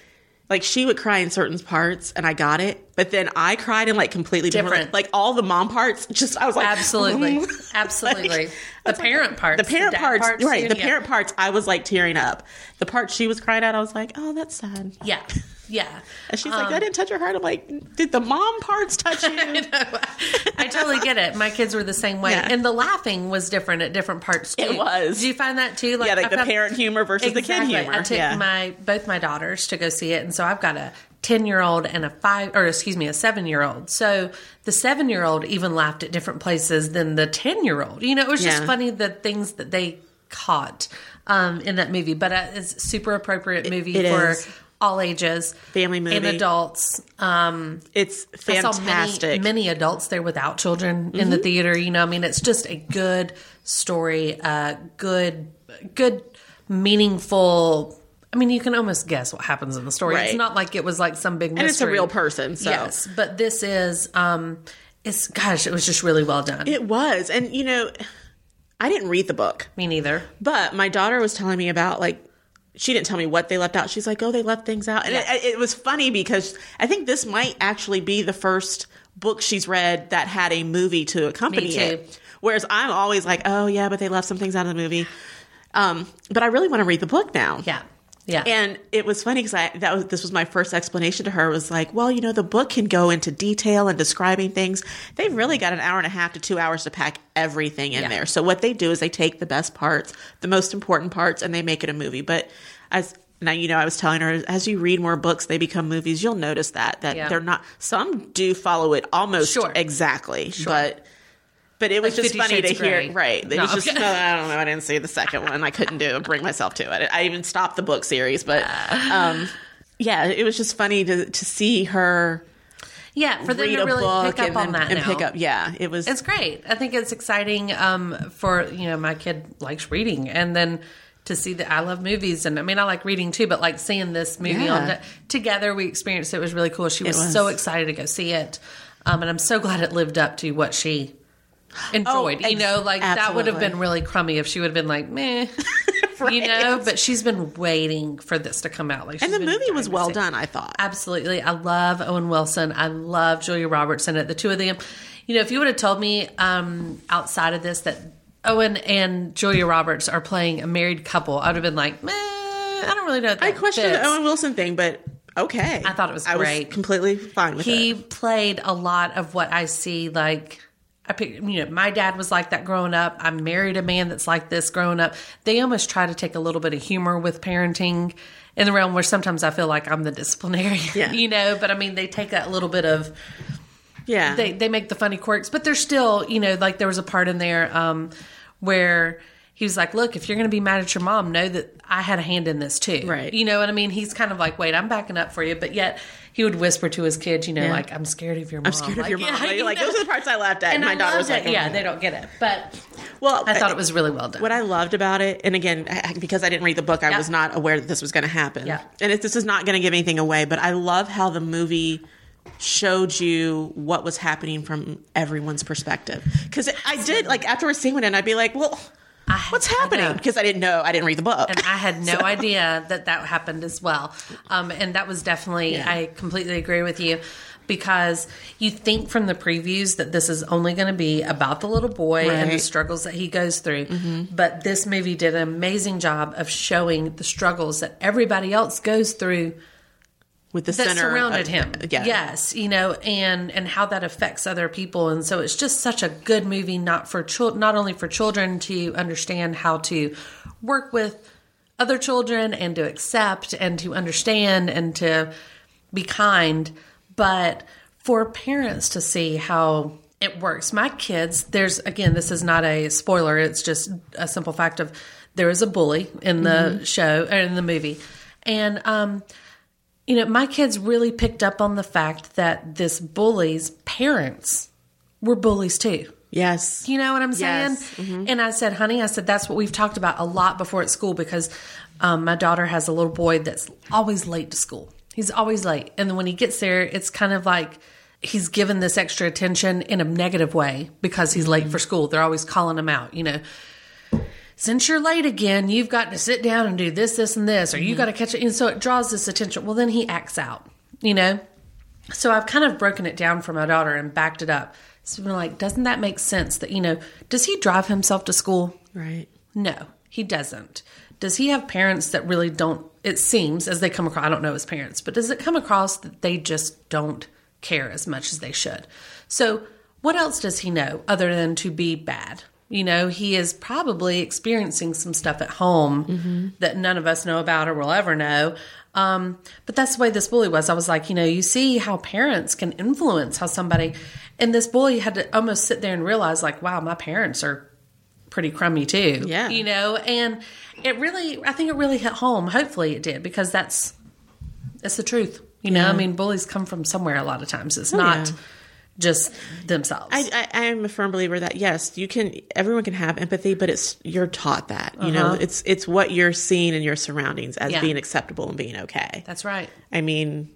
S6: Like she would cry in certain parts, and I got it. But then I cried in like completely different,
S5: Different.
S6: like, all the mom parts. Just I was like,
S5: Absolutely,
S6: Like,
S5: absolutely. The parent parts,
S6: the parent
S5: dad
S6: parts, right? The
S5: yeah.
S6: parent parts. I was like tearing up. The part she was crying at, I was like, oh, that's sad.
S5: Yeah, yeah.
S6: And she's
S5: Um,
S6: like, that didn't touch your heart. I'm like, did the mom parts touch you?
S5: I totally get it. My kids were the same way,
S6: Yeah.
S5: and the laughing was different at different parts. Too.
S6: It was.
S5: Did you find that too? Like,
S6: yeah, like
S5: I've
S6: the
S5: got-
S6: parent humor versus the
S5: Exactly.
S6: kid humor.
S5: I took
S6: yeah.
S5: my both my daughters to go see it, and so I've got a ten year old and a five, or excuse me, a seven year old. So the seven year old even laughed at different places than the ten year old. You know, it was just
S6: Yeah.
S5: funny the things that they caught um, in that movie. But uh, it's a super appropriate movie
S6: it
S5: for.
S6: is.
S5: All ages,
S6: Family
S5: and
S6: movie.
S5: adults. Um,
S6: it's fantastic. Mm-hmm.
S5: I saw many, many adults there without children in the theater. You know, I mean, it's just a good story, uh, good, good, meaningful. I mean, you can almost guess what happens in the story. It's
S6: Right.
S5: not like it was like some big mystery.
S6: and it's a real person. So
S5: Yes, but this is, um, it's gosh, it was just really well done.
S6: it was. And, you know, I didn't read the book,
S5: Me neither.
S6: but my daughter was telling me about like, she didn't tell me what they left out. She's like, oh, they left things out. And it, it was funny because I think this might actually be the first book she's read that had a movie to accompany
S5: Me too.
S6: it. Whereas I'm always like, oh, yeah, but they left some things out of the movie. Um, but I really want to read the book now.
S5: Yeah, yeah.
S6: And it was funny because I that was this was my first explanation to her was like, well, you know, the book can go into detail and describing things. They've really got an hour and a half to two hours to pack everything in
S5: Yeah.
S6: there. So what they do is they take the best parts, the most important parts, and they make it a movie. But as now you know, I was telling her as you read more books, they become movies. You'll notice that that
S5: Yeah.
S6: they're not. Some do follow it almost
S5: Sure.
S6: exactly, but. But it was
S5: Like
S6: just
S5: 50
S6: funny to
S5: Shades of
S6: hear,
S5: Grey.
S6: right? It
S5: No,
S6: was just
S5: okay.
S6: no, I don't know. I didn't see the second one. I couldn't do bring myself to it. I even stopped the book series, but um, yeah, it was just funny to to see her
S5: yeah, for them
S6: read
S5: to
S6: a
S5: really
S6: book
S5: pick up
S6: and,
S5: on
S6: then-
S5: that
S6: and
S5: now.
S6: pick up. Yeah, it was.
S5: it's great. I think it's exciting um, for you know my kid likes reading, and then to see the I love movies, and I mean I like reading too, but like seeing this movie on
S6: Yeah.
S5: together, we experienced it. It was really cool. She was,
S6: was.
S5: so excited to go see it, um, and I'm so glad it lived up to what she enjoyed. you
S6: ex-
S5: know, like that would have
S6: Oh, absolutely.
S5: been really crummy if she would have been like meh. You know, but she's been waiting for this to come out. Like,
S6: And
S5: she's
S6: the
S5: been
S6: movie
S5: dying
S6: was
S5: to
S6: well
S5: see it.
S6: done, I thought.
S5: Absolutely. I love Owen Wilson. I love Julia Roberts in it. The two of them. You know, if you would have told me um, outside of this that Owen and Julia Roberts are playing a married couple, I would have been like, meh, I don't really know. If
S6: I
S5: that
S6: questioned
S5: fits."
S6: the Owen Wilson thing, but okay.
S5: I thought it was
S6: I
S5: great.
S6: was completely fine with
S5: He
S6: it.
S5: played a lot of what I see, like. I pick, you know, my dad was like that growing up. I married a man that's like this growing up. They almost try to take a little bit of humor with parenting in the realm where sometimes I feel like I'm the disciplinarian,
S6: Yeah.
S5: you know. But I mean, they take that little bit of
S6: Yeah.
S5: they they make the funny quirks, but they're still, you know, like there was a part in there um, where he was like, "Look, if you're going to be mad at your mom, know that I had a hand in this too."
S6: Right.
S5: You know what I mean? He's kind of like, "Wait, I'm backing up for you," but yet he would whisper to his kids, "You know,
S6: Yeah.
S5: like I'm scared of your mom.
S6: I'm scared of your mom.
S5: yeah,
S6: like,
S5: you
S6: like,
S5: know?
S6: those are the parts I laughed at.
S5: And
S6: my
S5: I
S6: daughter was
S5: loved
S6: like,
S5: it.
S6: oh
S5: "Yeah,
S6: my
S5: they
S6: God.
S5: don't get it," but
S6: Well,
S5: I thought it was really well done.
S6: What I loved about it, and again, I- because I didn't read the book, I
S5: Yeah.
S6: was not aware that this was going to happen.
S5: Yeah.
S6: And it, this is not going to give anything away, but I love how the movie showed you what was happening from everyone's perspective. Because I did, like, afterwards seeing it, and I'd be like, well,
S5: I-
S6: what's
S5: I know.
S6: happening? Because I, didn't know. I didn't read the book.
S5: and I had no idea that that happened as well. Um, and that was definitely,
S6: Yeah.
S5: I completely agree with you because you think from the previews that this is only going to be about the little boy and the
S6: Right. Mm-hmm.
S5: struggles that he goes through. But this movie did an amazing job of showing the struggles that everybody else goes through
S6: with the
S5: that
S6: center of-
S5: surrounded him.
S6: Yeah.
S5: Yes, you know, and and how that affects other people, and so it's just such a good movie, not for chil- not only for children to understand how to work with other children and to accept and to understand and to be kind, but for parents to see how it works. My kids, there's again, this is not a spoiler. It's just a simple fact of there is a bully in the
S6: Mm-hmm.
S5: show or in the movie, and um, you know, my kids really picked up on the fact that this bully's parents were bullies too.
S6: Yes.
S5: You know what I'm saying?
S6: Yes. Mm-hmm.
S5: And I said, honey, I said, that's what we've talked about a lot before at school because um, my daughter has a little boy that's always late to school. He's always late. And then when he gets there, it's kind of like he's given this extra attention in a negative way because he's
S6: Mm-hmm.
S5: late for school. They're always calling him out, you know since you're late again, you've got to sit down and do this, this, and this, or
S6: Mm-hmm.
S5: you got to catch it. And so it draws this attention. Well, then he acts out, you know? So I've kind of broken it down for my daughter and backed it up. So I'm like, doesn't that make sense that, you know, does he drive himself to school?
S6: Right.
S5: No, he doesn't. Does he have parents that really don't? It seems as they come across, I don't know his parents, but does it come across that they just don't care as much as they should? So, what else does he know other than to be bad? You know, he is probably experiencing some stuff at home that none of us know about or will ever know. Um, but that's the way this bully was. I was like, you know, you see how parents can influence how somebody, and this bully had to almost sit there and realize, like, wow, my parents are pretty crummy too.
S6: Yeah.
S5: You know, and it really, I think it really hit home. Hopefully it did because that's, it's the truth. You know, I mean, bullies come from somewhere a lot of times. It's not
S6: Oh, yeah.
S5: just themselves.
S6: I, I, I'm a firm believer that yes, you can. Everyone can have empathy, but it's you're taught that. You know, it's it's what you're seeing in your surroundings as
S5: Uh-huh. Yeah.
S6: being acceptable and being okay.
S5: that's right.
S6: I mean,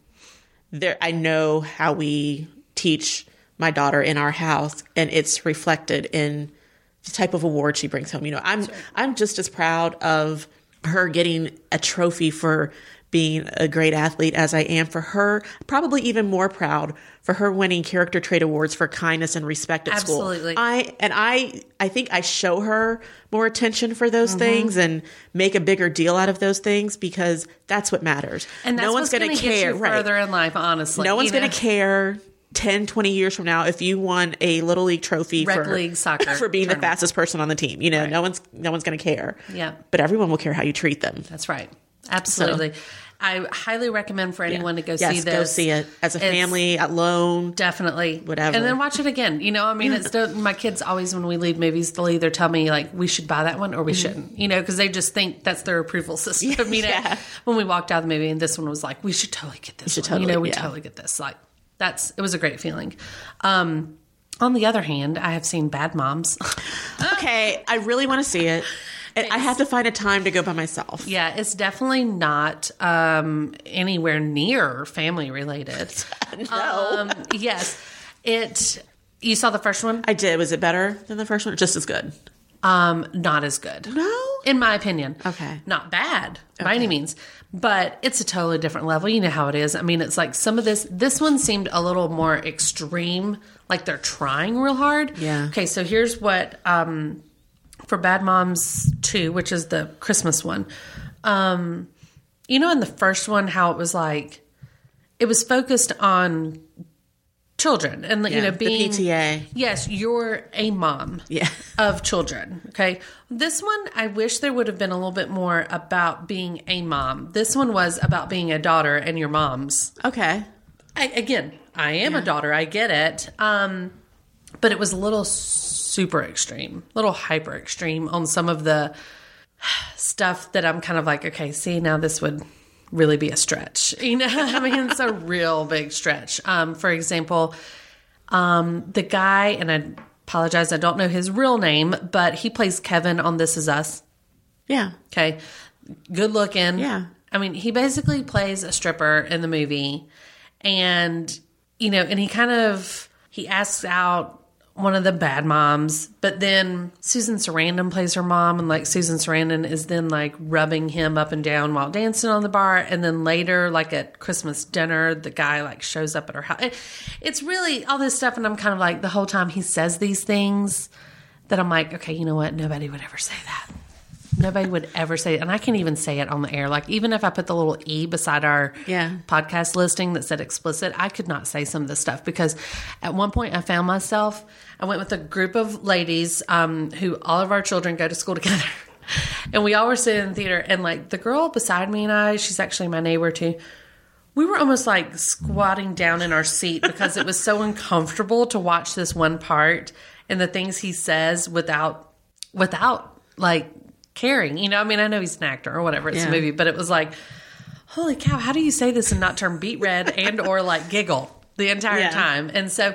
S6: there. I know how we teach my daughter in our house, and it's reflected in the type of award she brings home. You know, I'm I'm just as proud of her getting a trophy for being a great athlete as I am for her. Probably even more proud for her winning character trait awards for kindness and respect at school.
S5: Absolutely.
S6: I and I I think I show her more attention for those things and make a bigger deal out of those things because that's what matters
S5: And that's
S6: no one's
S5: what's
S6: going
S5: gonna
S6: to
S5: get
S6: care.
S5: you
S6: right.
S5: further in life, honestly.
S6: no one's
S5: you
S6: going
S5: know?
S6: to care 10, 20 years from now if you won a little league trophy
S5: Rec
S6: for
S5: league soccer
S6: for being the
S5: tournament.
S6: fastest person on the team. You know, no one's no one's going to care.
S5: Yeah.
S6: But everyone will care how you treat them.
S5: That's right. Absolutely. I highly recommend for anyone to go
S6: yes,
S5: see this.
S6: go see it as a
S5: It's-
S6: family alone.
S5: Definitely.
S6: Whatever.
S5: And then watch it again. You know, I mean, it's the, my kids always, when we leave movies, they'll either tell me, like, we should buy that one or we
S6: Mm-hmm.
S5: shouldn't, you know, because they just think that's their approval system. you know,
S6: yeah.
S5: when we walked out of the movie and this one was like, we should totally get this
S6: should
S5: one. you know,
S6: totally-
S5: we
S6: yeah.
S5: totally get this. Like, that's, it was a great feeling. Um, on the other hand, I have seen Bad Moms.
S6: Okay, I really want to see it. I I have to find a time to go by myself.
S5: Yeah, it's definitely not um, anywhere near family related.
S6: No.
S5: Um, yes, it. You saw the first one?
S6: I did. Was it better than the first one? Just as good.
S5: Um, not as good.
S6: No.
S5: in my opinion.
S6: Okay.
S5: Not bad by any means, but it's a totally different level. You know how it is. I mean, it's like some of this, this one seemed a little more extreme, like they're trying real hard.
S6: Yeah.
S5: Okay, so here's what um, for Bad Moms 2, which is the Christmas one. Um, you know, in the first one, how it was like, it was focused on children and you
S6: Yeah,
S5: know
S6: the
S5: being
S6: PTA.
S5: yes you're a mom
S6: Yeah.
S5: of children. Okay. This one, I wish there would have been a little bit more about being a mom. This one was about being a daughter and your mom's.
S6: Okay.
S5: I, again, I am a daughter. I get it. Um, but it was a little super extreme, little hyper extreme on some of the stuff that I'm kind of like, okay, see, now this would really be a stretch. You know, I mean, it's a real big stretch. Um, for example, um, the guy, and I apologize, I don't know his real name, but he plays Kevin on This Is Us.
S6: Yeah.
S5: Okay. Good looking.
S6: Yeah.
S5: I mean, he basically plays a stripper in the movie and you know, and he kind of he asks out one of the bad moms, but then Susan Sarandon plays her mom and like Susan Sarandon is then like rubbing him up and down while dancing on the bar and then later like at Christmas dinner the guy like shows up at her house. It- It's really all this stuff and I'm kind of like the whole time he says these things that I'm like, okay, you know what? Nobody would ever say that. Nobody would ever say it. And I can't even say it on the air. Like, even if I put the little E beside our
S6: Yeah.
S5: podcast listing that said explicit, I could not say some of this stuff because at one point I found myself, I went with a group of ladies um, who all of our children go to school together. And we all were sitting in the theater. And like the girl beside me and I, she's actually my neighbor too. We were almost like squatting down in our seat because it was so uncomfortable to watch this one part and the things he says without without like caring. You know, I mean, I know he's an actor or whatever, it's a
S6: Yeah.
S5: movie, but it was like, holy cow, how do you say this and not turn beet red and or like giggle the entire
S6: Yeah.
S5: time? And so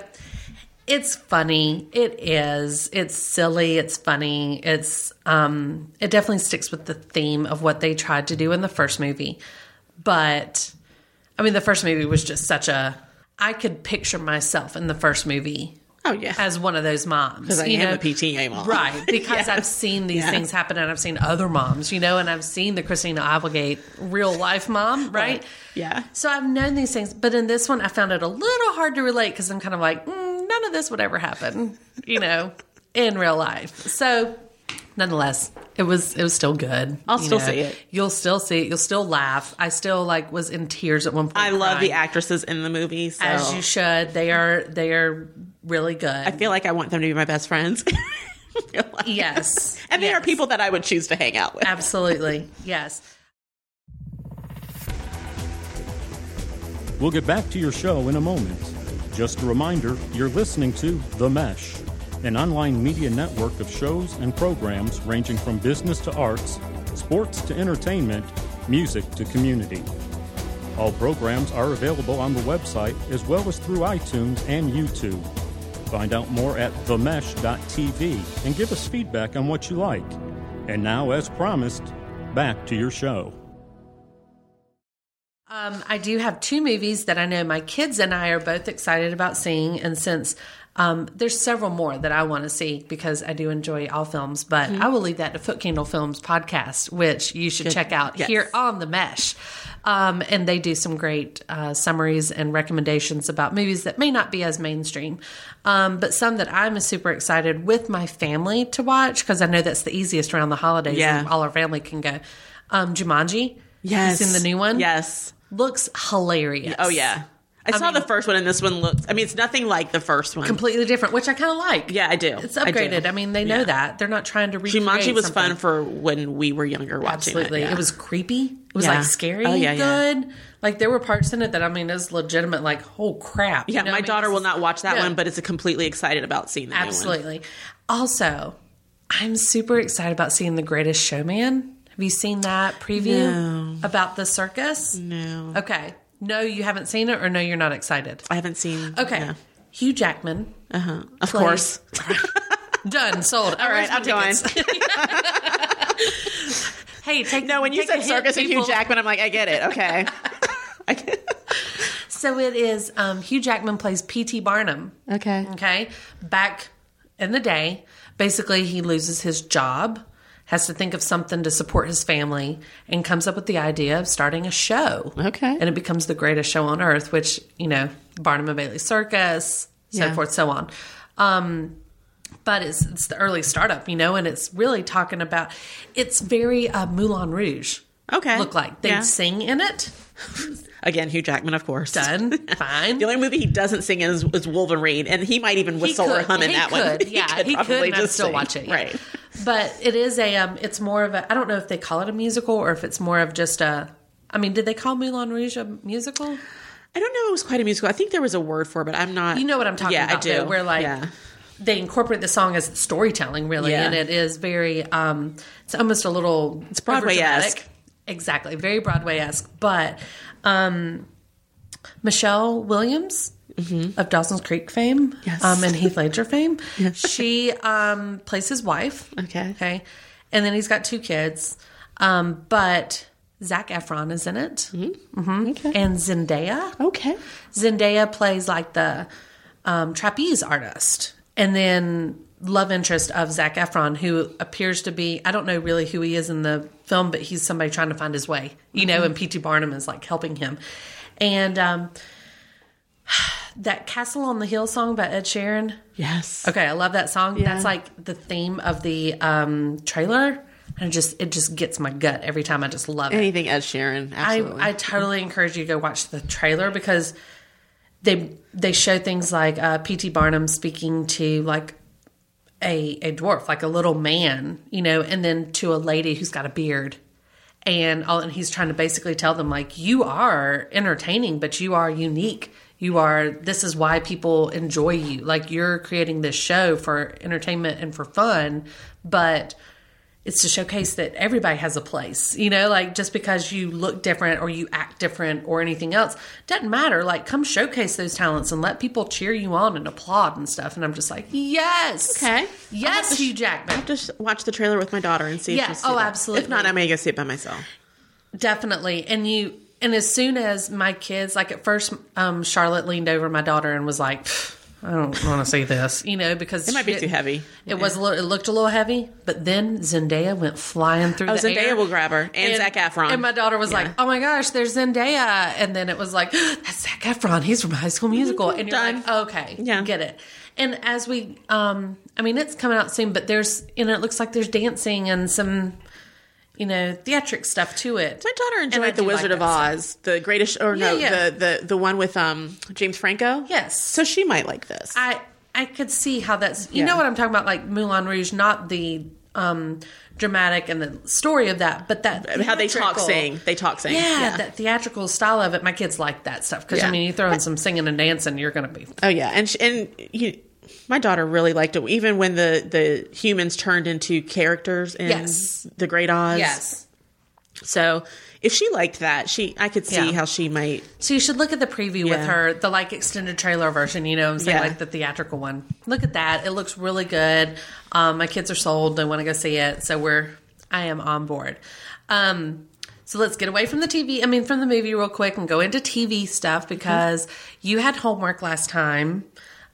S5: it's funny. It is. It's silly. It's funny. It's um it definitely sticks with the theme of what they tried to do in the first movie. But I mean, the first movie was just such a I could picture myself in the first movie
S6: Oh yeah.
S5: as one of those moms.
S6: Because I
S5: you
S6: am
S5: know?
S6: a PTA mom.
S5: Right, because I've seen these
S6: Yeah.
S5: things happen and I've seen other moms, you know, and I've seen the Christina Applegate real life mom, right?
S6: Yeah.
S5: So I've known these things, but in this one, I found it a little hard to relate because I'm kind of like, mm, none of this would ever happen, you know, in real life. So, nonetheless, it was it was still good.
S6: I'll
S5: you
S6: still see it.
S5: You'll still see it. You'll still laugh. I still like was in tears at one point.
S6: I love the
S5: crying.
S6: actresses in the movie. So
S5: as you should. They are they are really good.
S6: I feel like I want them to be my best friends. In real life.
S5: yes,
S6: And they are
S5: yes.
S6: people that I would choose to hang out with.
S5: Absolutely. Yes.
S1: We'll get back to your show in a moment. Just a reminder you're listening to The Mesh, an online media network of shows and programs ranging from business to arts, sports to entertainment, music to community. All programs are available on the website as well as through iTunes and YouTube. Find out more at themesh.tv and give us feedback on what you like. And now, as promised, back to your show.
S5: Um, I do have two movies that I know my kids and I are both excited about seeing. And since um, there's several more that I want to see because I do enjoy all films, but
S6: Mm-hmm.
S5: I will leave that to Foot Candle Films podcast, which you should check out
S6: Yes.
S5: here on The Mesh. Um, and they do some great uh, summaries and recommendations about movies that may not be as mainstream, um, but some that I'm super excited with my family to watch because I know that's the easiest around the holidays
S6: Yeah.
S5: and all our family can go. Um, Jumanji.
S6: Yes.
S5: You seen the new one?
S6: Yes.
S5: looks hilarious.
S6: Oh yeah. I, saw the first one and this one looks I mean it's nothing like the first one.
S5: completely different, which I kind of like.
S6: yeah, I do.
S5: it's
S6: I do.
S5: upgraded. I, mean, they know
S6: Yeah.
S5: that they're not trying to recreate.
S6: Jumanji was
S5: something.
S6: fun for when we were younger watching
S5: absolutely.
S6: it. yeah.
S5: was creepy. It was
S6: Yeah.
S5: like scary.
S6: Oh, yeah, yeah.
S5: good. Like there were parts in it that I mean, is legitimate. Like oh crap. you
S6: Yeah,
S5: know what
S6: my
S5: I mean?
S6: daughter
S5: This
S6: will
S5: is-
S6: not watch that
S5: Yeah.
S6: one, but is completely excited about seeing that.
S5: Absolutely. Also, I'm super excited about seeing The Greatest Showman. Have you seen that preview about the circus?
S6: No.
S5: Okay. No, you haven't seen it, or no, you're not excited.
S6: I haven't seen.
S5: Okay.
S6: yeah.
S5: Hugh Jackman.
S6: Of
S5: Please.
S6: course.
S5: Done. Sold.
S6: All right, I'm going.
S5: Hey, take
S6: No, when you
S5: take a
S6: said
S5: hint,
S6: circus and Hugh
S5: people.
S6: Jackman, I'm like, I get it. Okay. I get
S5: So it is um, Hugh Jackman plays P.T. Barnum.
S3: Okay.
S5: Okay. Back in the day, basically, he loses his job, has to think of something to support his family, and comes up with the idea of starting a show.
S3: Okay.
S5: And it becomes the greatest show on earth, which, you know, Barnum and Bailey Circus, so
S3: Yeah.
S5: forth, so on. Um, but it's, it's the early startup, you know, and it's really talking about it's very uh, Moulin Rouge.
S6: Okay.
S5: Look like they
S6: Yeah.
S5: sing in it.
S6: Again, Hugh Jackman, of course.
S5: Done. Fine.
S6: The only movie he doesn't sing in is, is Wolverine, and he might even whistle or hum in
S5: he
S6: that one.
S5: could, Yeah, he could.
S6: probably
S5: and I'd
S6: just
S5: still
S6: sing.
S5: watch it. yeah.
S6: Right.
S5: But it is a. Um, it's more of a. I don't know if they call it a musical or if it's more of just a. I mean, did they call Moulin Rouge a musical?
S6: I don't know. It was quite a musical. I think there was a word for it, but I'm not.
S5: You know what I'm talking
S6: yeah,
S5: about.
S6: I do.
S5: Though, where like
S6: yeah.
S5: they incorporate the song as storytelling, really,
S6: Yeah.
S5: and it is very. Um, it's almost a little. It's
S6: Broadway-esque.
S5: Exactly, very Broadway esque. But um, Michelle Williams of Dawson's Creek fame,
S6: Mm-hmm. Yes.
S5: um, and Heath Ledger fame, she um, plays his wife.
S6: Okay.
S5: okay, and then he's got two kids, um, but. Zach Efron is in it,
S6: Mm-hmm.
S5: hmm and Zendaya.
S3: Okay.
S5: Zendaya plays like the um, trapeze artist, and then love interest of Zach Efron, who appears to be I don't know really who he is in the film, but he's somebody trying to find his way, you know. And P.T. Barnum is like helping him, and um, that Castle on the Hill song by Ed Sheeran.
S6: Yes.
S5: Okay, I love that song. That's like the theme of the um, trailer, and it just it just gets my gut every time. I just love it.
S6: Anything Ed Sheeran. Absolutely.
S5: I, I totally encourage you to go watch the trailer because they they show things like uh, P.T. Barnum speaking to like a a dwarf, like a little man, you know, and then to a lady who's got a beard, and all, and he's trying to basically tell them like you are entertaining, but you are unique. You are. This is why people enjoy you. Like you're creating this show for entertainment and for fun, but it's to showcase that everybody has a place. You know, like just because you look different or you act different or anything else doesn't matter. Like come showcase those talents and let people cheer you on and applaud and stuff. And I'm just like, yes,
S6: Okay.
S5: Yes, Hugh Jackman.
S6: just watch the trailer with my daughter and see.
S5: Yeah.
S6: If she'll see
S5: Oh,
S6: that.
S5: absolutely.
S6: If not, I may go see it by myself.
S5: Definitely. And you and as soon as my kids like at first um Charlotte leaned over my daughter and was like, I don't want to see this, you know, because
S6: It might be
S5: she-
S6: too heavy.
S5: It was a little, it looked a little heavy, but then Zendaya went flying through
S6: Oh,
S5: the
S6: Zendaya
S5: air.
S6: will grab her and, Zac Efron.
S5: And my daughter was
S6: Yeah.
S5: like, "Oh my gosh, there's Zendaya!" And then it was like, "That's Zac Efron. He's from High School Musical." And you're
S6: Done.
S5: like, "Okay,
S6: Yeah.
S5: get it." And as we, um, I mean, it's coming out soon, but there's and it looks like there's dancing and some, you know, theatric stuff to it.
S6: My daughter
S5: And I
S6: enjoyed The
S5: do like
S6: Wizard of
S5: that stuff.
S6: Oz, the greatest, or no,
S5: Yeah, yeah.
S6: the the the one with um James Franco.
S5: Yes.
S6: So she might like this.
S5: I I could see how that's you
S6: Yeah.
S5: know what I'm talking about, like Moulin Rouge, not the um dramatic and the story of that, but that
S6: How they talk,
S5: theatrical-
S6: sing. They talk, sing.
S5: Yeah, that theatrical style of it. My kids like that stuff because
S6: Yeah.
S5: I mean, you throw in some singing and dancing, you're gonna be
S6: Oh yeah, and sh and you, my daughter really liked it. Even when the the humans turned into characters in
S5: Yes.
S6: the Great Oz.
S5: yes.
S6: So if she liked that, she I could see
S5: Yeah.
S6: how she might.
S5: So you should look at the preview
S6: Yeah.
S5: with her, the like extended trailer version. You know, what I'm saying
S6: Yeah.
S5: like the theatrical one. Look at that; it looks really good. Um, my kids are sold; they want to go see it, so we're I am on board. Um, so let's get away from the TV. I mean, from the movie real quick and go into TV stuff because you had homework last time.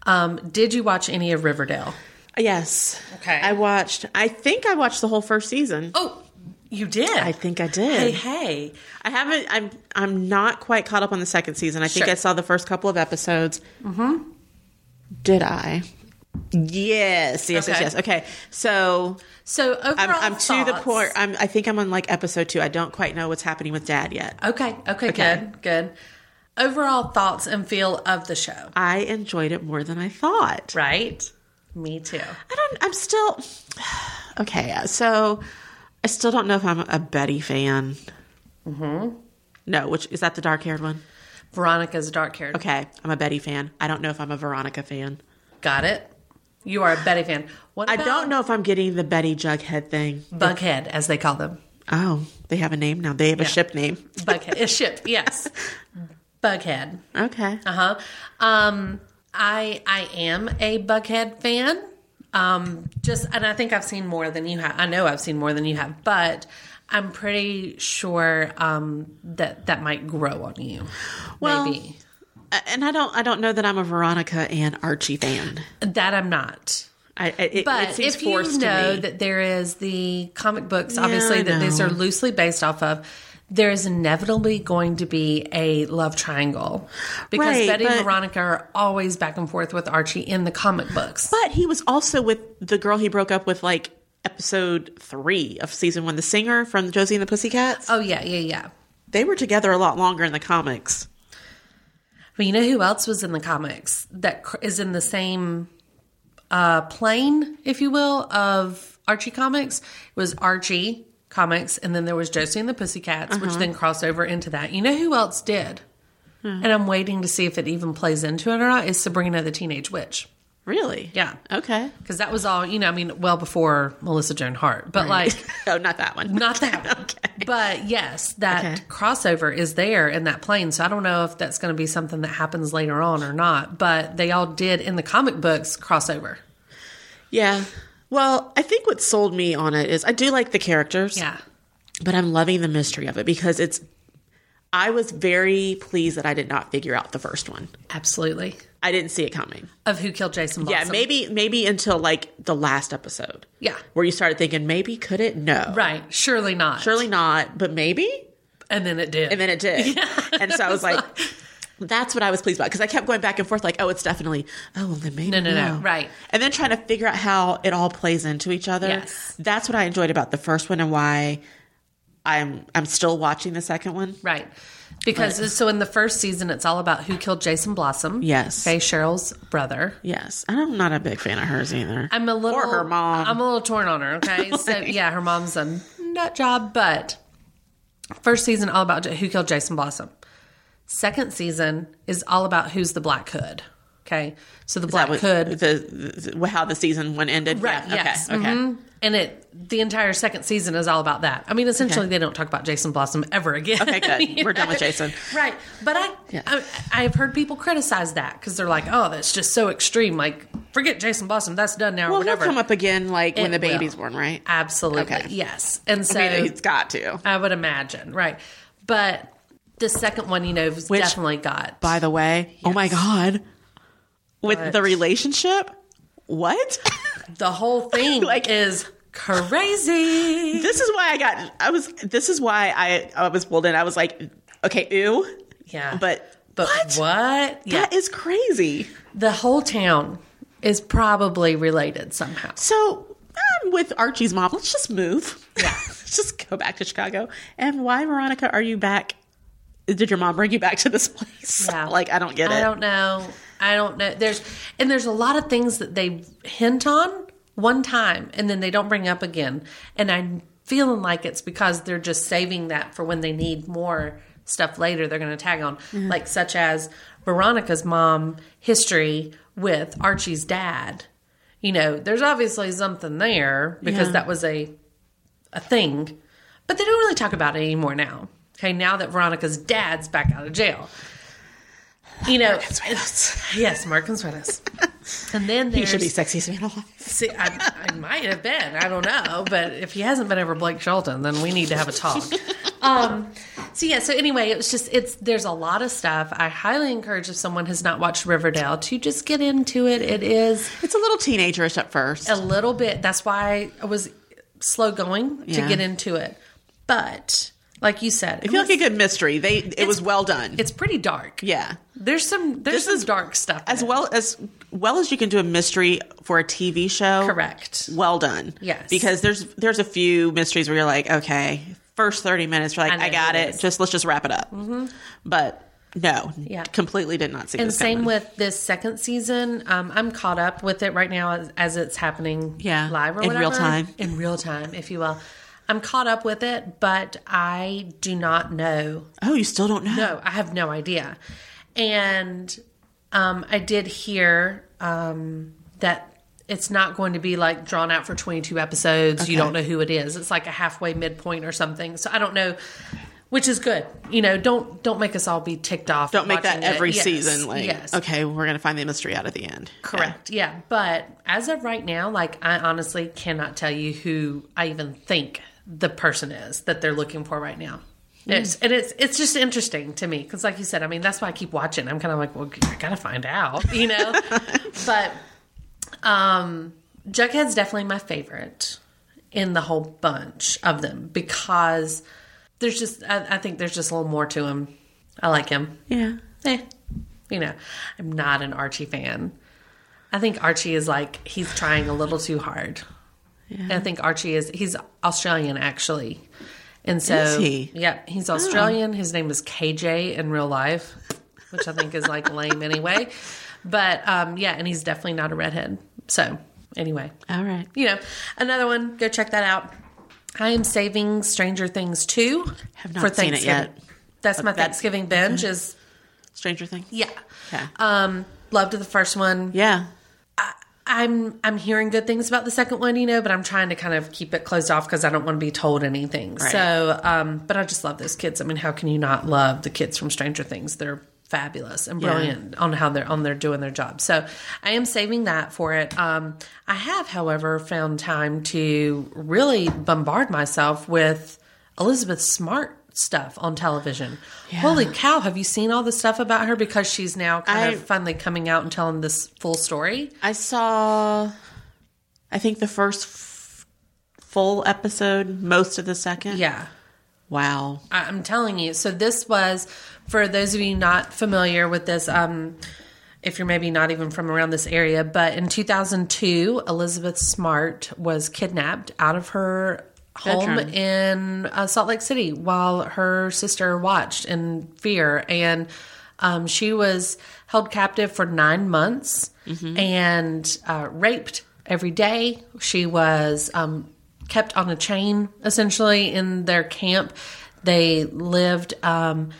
S5: Um, did you watch any of Riverdale?
S6: Yes.
S5: Okay.
S6: I watched. I think I watched the whole first season.
S5: Oh, you did.
S6: I think I did.
S5: Hey, hey.
S6: I haven't. I'm. I'm not quite caught up on the second season. I think
S5: Sure.
S6: I saw the first couple of episodes. Mm-hmm. Did I? Yes. Yes.
S5: Okay.
S6: Yes. Yes. Okay. So
S5: So overall,
S6: I'm. I'm to the
S5: thoughts-
S6: point. I'm. I think I'm on like episode two. I don't quite know what's happening with Dad yet.
S5: Okay, okay,
S6: Okay.
S5: good, good. Overall thoughts and feel of the show.
S6: I enjoyed it more than I thought.
S5: Right? Me too.
S6: I don't. I'm still. Okay. uh, So I still don't know if I'm a Betty fan. Mm-hmm.
S5: Mm-hmm.
S6: No. Which is that the dark haired one?
S5: Veronica's dark haired.
S6: Okay. I'm a Betty fan. I don't know if I'm a Veronica fan.
S5: Got it. You are a Betty fan. What
S6: I
S5: about
S6: don't know if I'm getting the Betty Jughead thing.
S5: Bughead, as they call them.
S6: Oh, they have a name now. They have a
S5: Yeah.
S6: ship name.
S5: Bughead. a ship, yes. Bughead.
S6: Okay.
S5: Uh-huh. Uh huh. Um, I I am a Bughead fan. Um, just and I think I've seen more than you have. I know I've seen more than you have, but I'm pretty sure um, that that might grow on you.
S6: Well-
S5: Maybe
S6: A- Uh, And I don't I don't know that I'm a Veronica and Archie fan.
S5: that I'm not.
S6: I, I- it,
S5: But
S6: it seems
S5: if you
S6: forced
S5: know
S6: to me.
S5: that there is the comic books,
S6: Yeah, I
S5: obviously that these
S6: know.
S5: are loosely based off of, there is inevitably going to be a love triangle because
S6: Right,
S5: Betty
S6: but-
S5: and Veronica are always back and forth with Archie in the comic books.
S6: but he was also with the girl he broke up with like episode three of season one, the singer from Josie and the Pussycats.
S5: oh yeah, yeah, yeah.
S6: They were together a lot longer in the comics.
S5: But you know who else was in the comics that cr- is in the same uh, plane, if you will, of Archie comics? It was Archie comics, and then there was Josie and the Pussycats, which then crossed over into that. You know who else did? And I'm waiting to see if it even plays into it or not. Is Sabrina the Teenage Witch?
S6: Really?
S5: Yeah.
S6: Okay.
S5: Because that was all, you know, I mean, well before Melissa Joan Hart, but like.
S6: Oh, not that one.
S5: Not that one. But yes, that
S6: Okay.
S5: crossover is there in that plane. So I don't know if that's going to be something that happens later on or not. But they all did in the comic books crossover.
S6: Yeah. Well, I think what sold me on it is I do like the characters.
S5: Yeah.
S6: But I'm loving the mystery of it because it's. I was very pleased that I did not figure out the first one.
S5: Absolutely.
S6: I didn't see it coming.
S5: Of who killed Jason
S6: Yeah,
S5: Blossom.
S6: maybe maybe until like the last episode.
S5: Yeah.
S6: Where you started thinking maybe could it? No.
S5: Right. Surely not.
S6: Surely not, but maybe?
S5: And then it did.
S6: And then it did. And so I was like that's what I was pleased about because I kept going back and forth like, oh, it's definitely, oh, well, then maybe
S5: No, no, no. Right.
S6: And then trying to figure out how it all plays into each other.
S5: Yes.
S6: That's what I enjoyed about the first one and why I'm I'm still watching the second one.
S5: Right. Because so in the first season, it's all about who killed Jason Blossom.
S6: Yes.
S5: Faye Sheryl's brother.
S6: Yes, and I'm not a big fan of hers either.
S5: I'm a little
S6: or her mom.
S5: I'm a little torn on her. Okay, so yeah, her mom's a nut job, but first season all about who killed Jason Blossom. Second season is all about who's the Black Hood. Okay, so the Black
S6: That was-
S5: Hood,
S6: the, the- how the season one ended.
S5: right?
S6: Yeah,
S5: yes,
S6: Okay. Okay.
S5: mhm. and it the entire second season is all about that. I mean, essentially,
S6: Okay.
S5: they don't talk about Jason Blossom ever again.
S6: Okay, good. We're done with Jason.
S5: right? But I,
S6: Yeah.
S5: I I've heard people criticize that because they're like, oh, that's just so extreme. Like, forget Jason Blossom, that's done now. or
S6: Well, he'll
S5: whatever.
S6: come up again like when
S5: It
S6: the baby's
S5: will.
S6: born, right?
S5: Absolutely.
S6: Okay.
S5: Yes. And so
S6: I
S5: I,
S6: mean, he's got to.
S5: would imagine, right. But the second one, you know, was
S6: Which-
S5: definitely got.
S6: By the way, oh my god, with the relationship, what?
S5: the whole thing
S6: Like-
S5: is crazy.
S6: this is why I got. I was. This is why I. I was pulled in. I was like, okay, ew.
S5: Yeah.
S6: But
S5: But
S6: what?
S5: what? Yeah.
S6: That is crazy.
S5: the whole town is probably related somehow.
S6: So I'm with Archie's mom. Let's just move. Yeah. Let's just go back to Chicago. And why, Veronica, are you back? Did your mom bring you back to this place?
S5: Yeah.
S6: Like, I don't get it.
S5: I don't know. I don't know. There's and there's a lot of things that they hint on one time and then they don't bring up again. And I'm feeling like it's because they're just saving that for when they need more stuff later. They're going to tag on
S6: Mm-hmm.
S5: like such as Veronica's mom history with Archie's dad. You know, there's obviously something there because
S6: Yeah.
S5: that was a a thing, but they don't really talk about it anymore now. Okay, now that Veronica's dad's back out of jail, you know, yes, Mark and Sweatis. and then
S6: You
S5: there's,
S6: should be sexiest man alive.
S5: see, I, I might have been, I don't know, but if he hasn't been over Blake Shelton, then we need to have a talk. Um, so yeah, so anyway, it was just it's there's a lot of stuff. I highly encourage if someone has not watched Riverdale to just get into it. It is
S6: It's a little teenagerish at first.
S5: a little bit. That's why I was slow going to
S6: Yeah.
S5: get into it. But like you said,
S6: I
S5: it
S6: feel
S5: was-
S6: like a good mystery. They it was well done.
S5: it's pretty dark.
S6: yeah.
S5: There's some there's
S6: This
S5: some
S6: is-
S5: dark stuff. in
S6: As
S5: it.
S6: well as well as you can do a mystery for a TV show.
S5: Correct.
S6: Well done.
S5: Yes.
S6: Because there's there's a few mysteries where you're like, okay, first 30 minutes you're like,
S5: I know
S6: I, got
S5: it
S6: it.
S5: is. Mm-hmm.
S6: Just let's just wrap it up. But no,
S5: Yeah.
S6: completely did not see
S5: And
S6: this
S5: same
S6: coming.
S5: with this second season. Um, I'm caught up with it right now as, as it's happening
S6: Yeah,
S5: live or
S6: in real
S5: whatever.
S6: time.
S5: In real time, if you will. I'm caught up with it, but I do not know
S6: Oh, you still don't know?
S5: No, I have no idea. And um, I did hear um, that it's not going to be like drawn out for 22 episodes. You
S6: Okay.
S5: don't know who it is. It's like a halfway midpoint or something. So I don't know. which is good. You know, don't don't make us all be ticked off.
S6: Don't make that
S5: watching it.
S6: every
S5: Yes,
S6: season. Like,
S5: yes,
S6: okay, we're going to find the mystery out at the end. Yeah.
S5: correct, yeah. But as of right now, like I honestly cannot tell you who I even think the person is that they're looking for right now. It's, and it's it's just interesting to me because, like you said, I mean that's why I keep watching. I'm kind of like, well, I gotta find out, you know. but um, Jughead's definitely my favorite in the whole bunch of them because there's just I, I think there's just a little more to him. I like him.
S6: Yeah.
S5: Eh, you know, I'm not an Archie fan. I think Archie is like he's trying a little too hard. And I think Archie is he's Australian actually. And so
S6: Is he? Oh.
S5: yeah, he's Australian. His name is KJ in real life, which I think is like lame anyway. But um yeah, and he's definitely not a redhead. So, anyway
S6: All right.
S5: you know, another one. Go check that out. I am saving Stranger Things two
S6: Have not seen it yet.
S5: That's my
S6: But that-
S5: Thanksgiving binge. Is
S6: Stranger Things.
S5: yeah,
S6: Okay.
S5: um, loved the first one.
S6: yeah.
S5: I'm I'm hearing good things about the second one, you know, but I'm trying to kind of keep it closed off because I don't want to be told anything.
S6: Right.
S5: So, um, but I just love those kids. I mean, how can you not love the kids from Stranger Things? They're fabulous and
S6: Yeah.
S5: brilliant on how they're on their doing their job. So, I am saving that for it. Um, I have, however, found time to really bombard myself with Elizabeth Smart stuff on television. Holy cow, have you seen all the stuff about her because she's now kind
S6: I-
S5: of finally coming out and telling this full story?
S6: I saw, I think the first f- full episode, most of the second.
S5: Yeah.
S6: Wow.
S5: I- I'm telling you. So this was for those of you not familiar with this. Um, if you're maybe not even from around this area, but in 2002, Elizabeth Smart was kidnapped out of her home
S6: Bedroom.
S5: in uh, Salt Lake City while her sister watched in fear, and um, she was held captive for nine months and uh, raped every day. She was um, kept on a chain essentially in their camp. They lived. Um,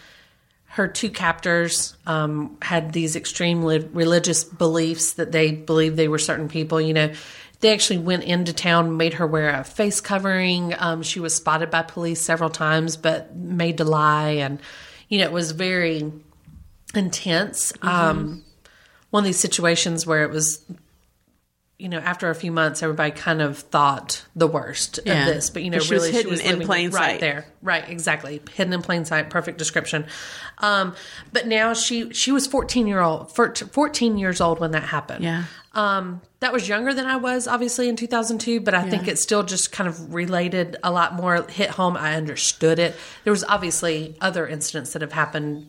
S5: her two captors um, had these extreme li- religious beliefs that they believed they were certain people. You know, they actually went into town, made her wear a face covering. Um, she was spotted by police several times, but made to lie, and you know, it was very intense.
S6: Mm-hmm.
S5: Um, one of these situations where it was, you know, after a few months, everybody kind of thought the worst
S6: Yeah.
S5: of this, but you know,
S6: 'Cause she was
S5: really
S6: hidden in
S5: living
S6: plain
S5: right
S6: sight.
S5: there right exactly hidden in plain sight perfect description um but now she she was 14 year old 14 years old when that happened
S6: Yeah.
S5: um that was younger than i was obviously in 2002 but i think it still just kind of related a lot more hit home i understood it there was obviously other incidents that have happened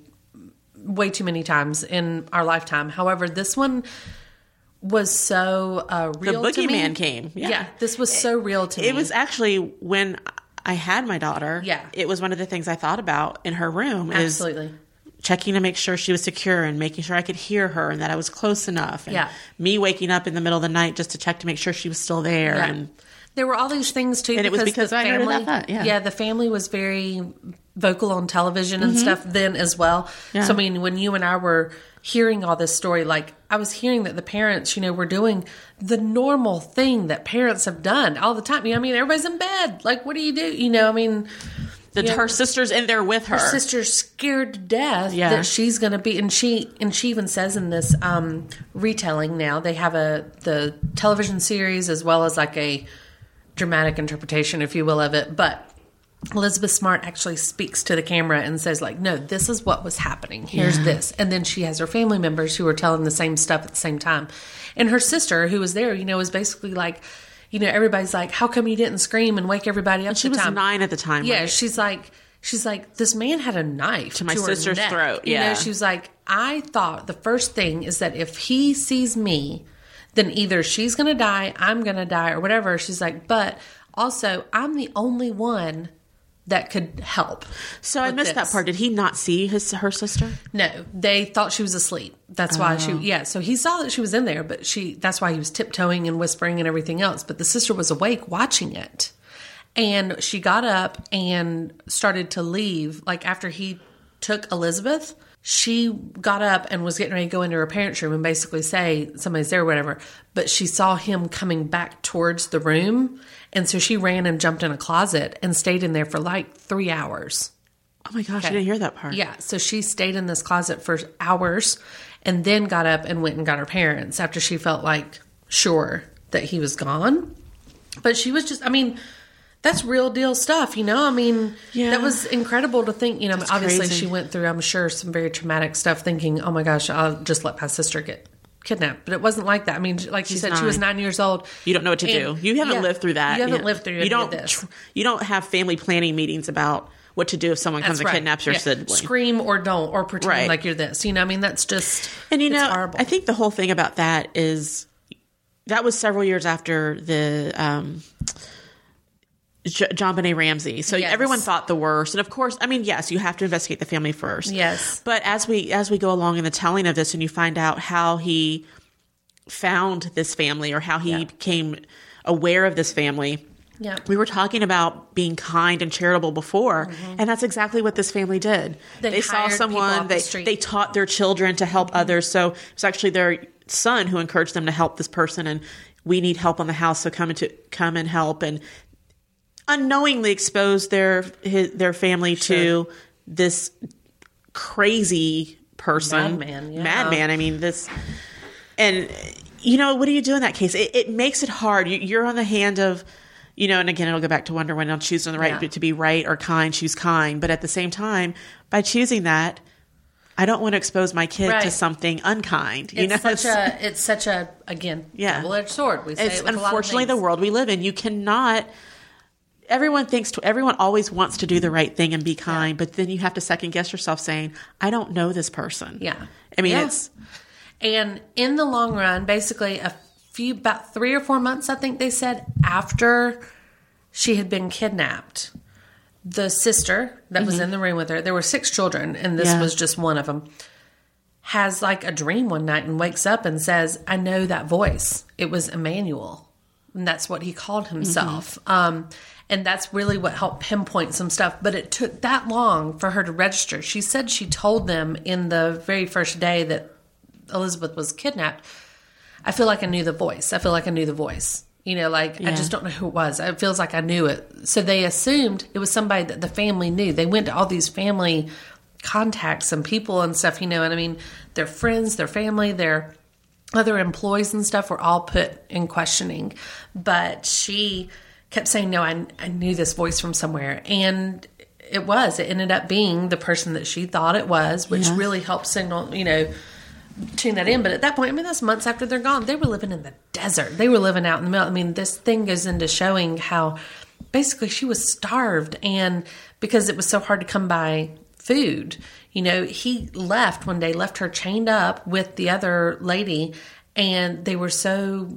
S5: way too many times in our lifetime however this one was so uh real to me.
S6: boogeyman came. Yeah.
S5: this was so real to me
S6: It was actually when I had my daughter.
S5: Yeah.
S6: It was one of the things I thought about in her room is
S5: absolutely
S6: checking to make sure she was secure and making sure I could hear her and that I was close enough. And
S5: Yeah.
S6: Me waking up in the middle of the night just to check to make sure she was still there.
S5: Yeah.
S6: And
S5: there were all these things too.
S6: And it was because
S5: the
S6: I heard
S5: family,
S6: about that, yeah.
S5: the family was very vocal on television
S6: Mm-hmm.
S5: and stuff then as well. So I mean, when you and I were hearing all this story, like I was hearing that the parents, you know, were doing the normal thing that parents have done all the time. You know, I mean, everybody's in bed. Like, what do you do? You know, I mean,
S6: the,
S5: Yeah.
S6: her sister's in there with her.
S5: her sister's scared to death
S6: Yeah.
S5: that she's going to be and she and she even says in this um retelling now they have a the television series as well as like a dramatic interpretation if you will of it but Elizabeth Smart actually speaks to the camera and says like no this is what was happening here's this and then she has her family members who are telling the same stuff at the same time and her sister who was there you know is basically like you know everybody's like how come you didn't scream and wake everybody up
S6: she
S5: the
S6: was
S5: time
S6: nine at the time.
S5: yeah,
S6: right?
S5: she's like, she's like, this man had a knife to
S6: my
S5: her
S6: sister's
S5: neck."
S6: throat,
S5: you
S6: yeah.
S5: know, she was like, I thought the first thing is that if he sees me, then either she's gonna die, I'm gonna die, or whatever. She's like, but also I'm the only one that could help.
S6: So I
S5: with
S6: missed that
S5: this.
S6: part. Did he not see his her sister?
S5: No, they thought she was asleep. That's why she, yeah. So he saw that she was in there, but she, that's why he was tiptoeing and whispering and everything else. But the sister was awake watching it. And she got up and started to leave. Like after he took Elizabeth, she got up and was getting ready to go into her parents' room and basically say somebody's there or whatever. But she saw him coming back towards the room. And so she ran and jumped in a closet and stayed in there for like three hours
S6: Oh my gosh, I
S5: Okay.
S6: didn't hear that part.
S5: Yeah. So she stayed in this closet for hours and then got up and went and got her parents after she felt like sure that he was gone. But she was just, I mean, that's real deal stuff, you know? I mean,
S6: Yeah.
S5: that was incredible to think, you know, obviously
S6: crazy.
S5: she went through, I'm sure, some very traumatic stuff thinking, oh my gosh, I'll just let my sister get kidnapped. But it wasn't like that. I mean, like you said, she was
S6: nine.
S5: nine years old.
S6: You don't know what to
S5: And-
S6: do. You haven't
S5: yeah.
S6: lived through that.
S5: You haven't lived through any
S6: You
S5: of
S6: don't.
S5: this.
S6: tr- you don't have family planning meetings about what to do if someone comes
S5: That's
S6: and
S5: right.
S6: kidnaps your
S5: Yeah.
S6: sibling.
S5: Scream or don't, or pretend
S6: Right.
S5: like you're this. You know, I mean, that's just
S6: and you
S5: it's
S6: know,
S5: horrible.
S6: I think the whole thing about that is that was several years after the. Um, J- John Benet Ramsey. So
S5: Yes.
S6: everyone thought the worst, and of course, I mean, yes, you have to investigate the family first.
S5: Yes.
S6: but as we as we go along in the telling of this, and you find out how he found this family or how he became aware of this family,
S5: yeah.
S6: we were talking about being kind and charitable before, and that's exactly what this family did.
S5: Mm-hmm. They
S6: They, saw
S5: hired people
S6: someone,
S5: off the
S6: they
S5: street. Mm-hmm.
S6: they taught their children to help others. So it's actually their son who encouraged them to help this person, and we need help on the house, so come into come and help, and unknowingly exposed their his, their family to this crazy person,
S5: Madman, yeah.
S6: madman. I mean this, and you know what do you do in that case? It, it makes it hard. You, you're on the hand of, you know, and again it'll go back to Wonder Woman. I'll choose on the right
S5: Yeah.
S6: to be right or kind. Choose kind, but at the same time, by choosing that, I don't want to expose my kid to
S5: Right.
S6: something unkind. You
S5: it's
S6: know,
S5: such a it's such a again
S6: Yeah.
S5: double edged sword. We say
S6: it's
S5: it with
S6: unfortunately
S5: a lot
S6: the
S5: of
S6: world we live in. You cannot. Everyone thinks to, everyone always wants to do the right thing and be kind, but then you have to second guess yourself, saying, "I don't know this person."
S5: Yeah.
S6: I mean
S5: Yeah.
S6: it's
S5: And in the long run, basically a few about three or four months, I think they said after she had been kidnapped, the sister that was in the room with her, there were six children, and this
S6: Yeah.
S5: was just one of them. Has like a dream one night and wakes up and says, "I know that voice. It was Emmanuel." and that's what he called himself. Um, and that's really what helped pinpoint some stuff. But it took that long for her to register. She said she told them in the very first day that Elizabeth was kidnapped. I feel like I knew the voice. I feel like I knew the voice. You know, like I just don't know who it was. It feels like I knew it. So they assumed it was somebody that the family knew. They went to all these family contacts and people and stuff. You know, and I mean, their friends, their family, their other employees and stuff were all put in questioning. But she kept saying, No, I, I knew this voice from somewhere. And it was. It ended up being the person that she thought it was, which really helped signal, you know, tune that in. But at that point, I mean, that's months after they're gone. They were living in the desert. They were living out in the middle. I mean, this thing goes into showing how basically she was starved, and because it was so hard to come by food, you know, he left one day, left her chained up with the other lady, and they were so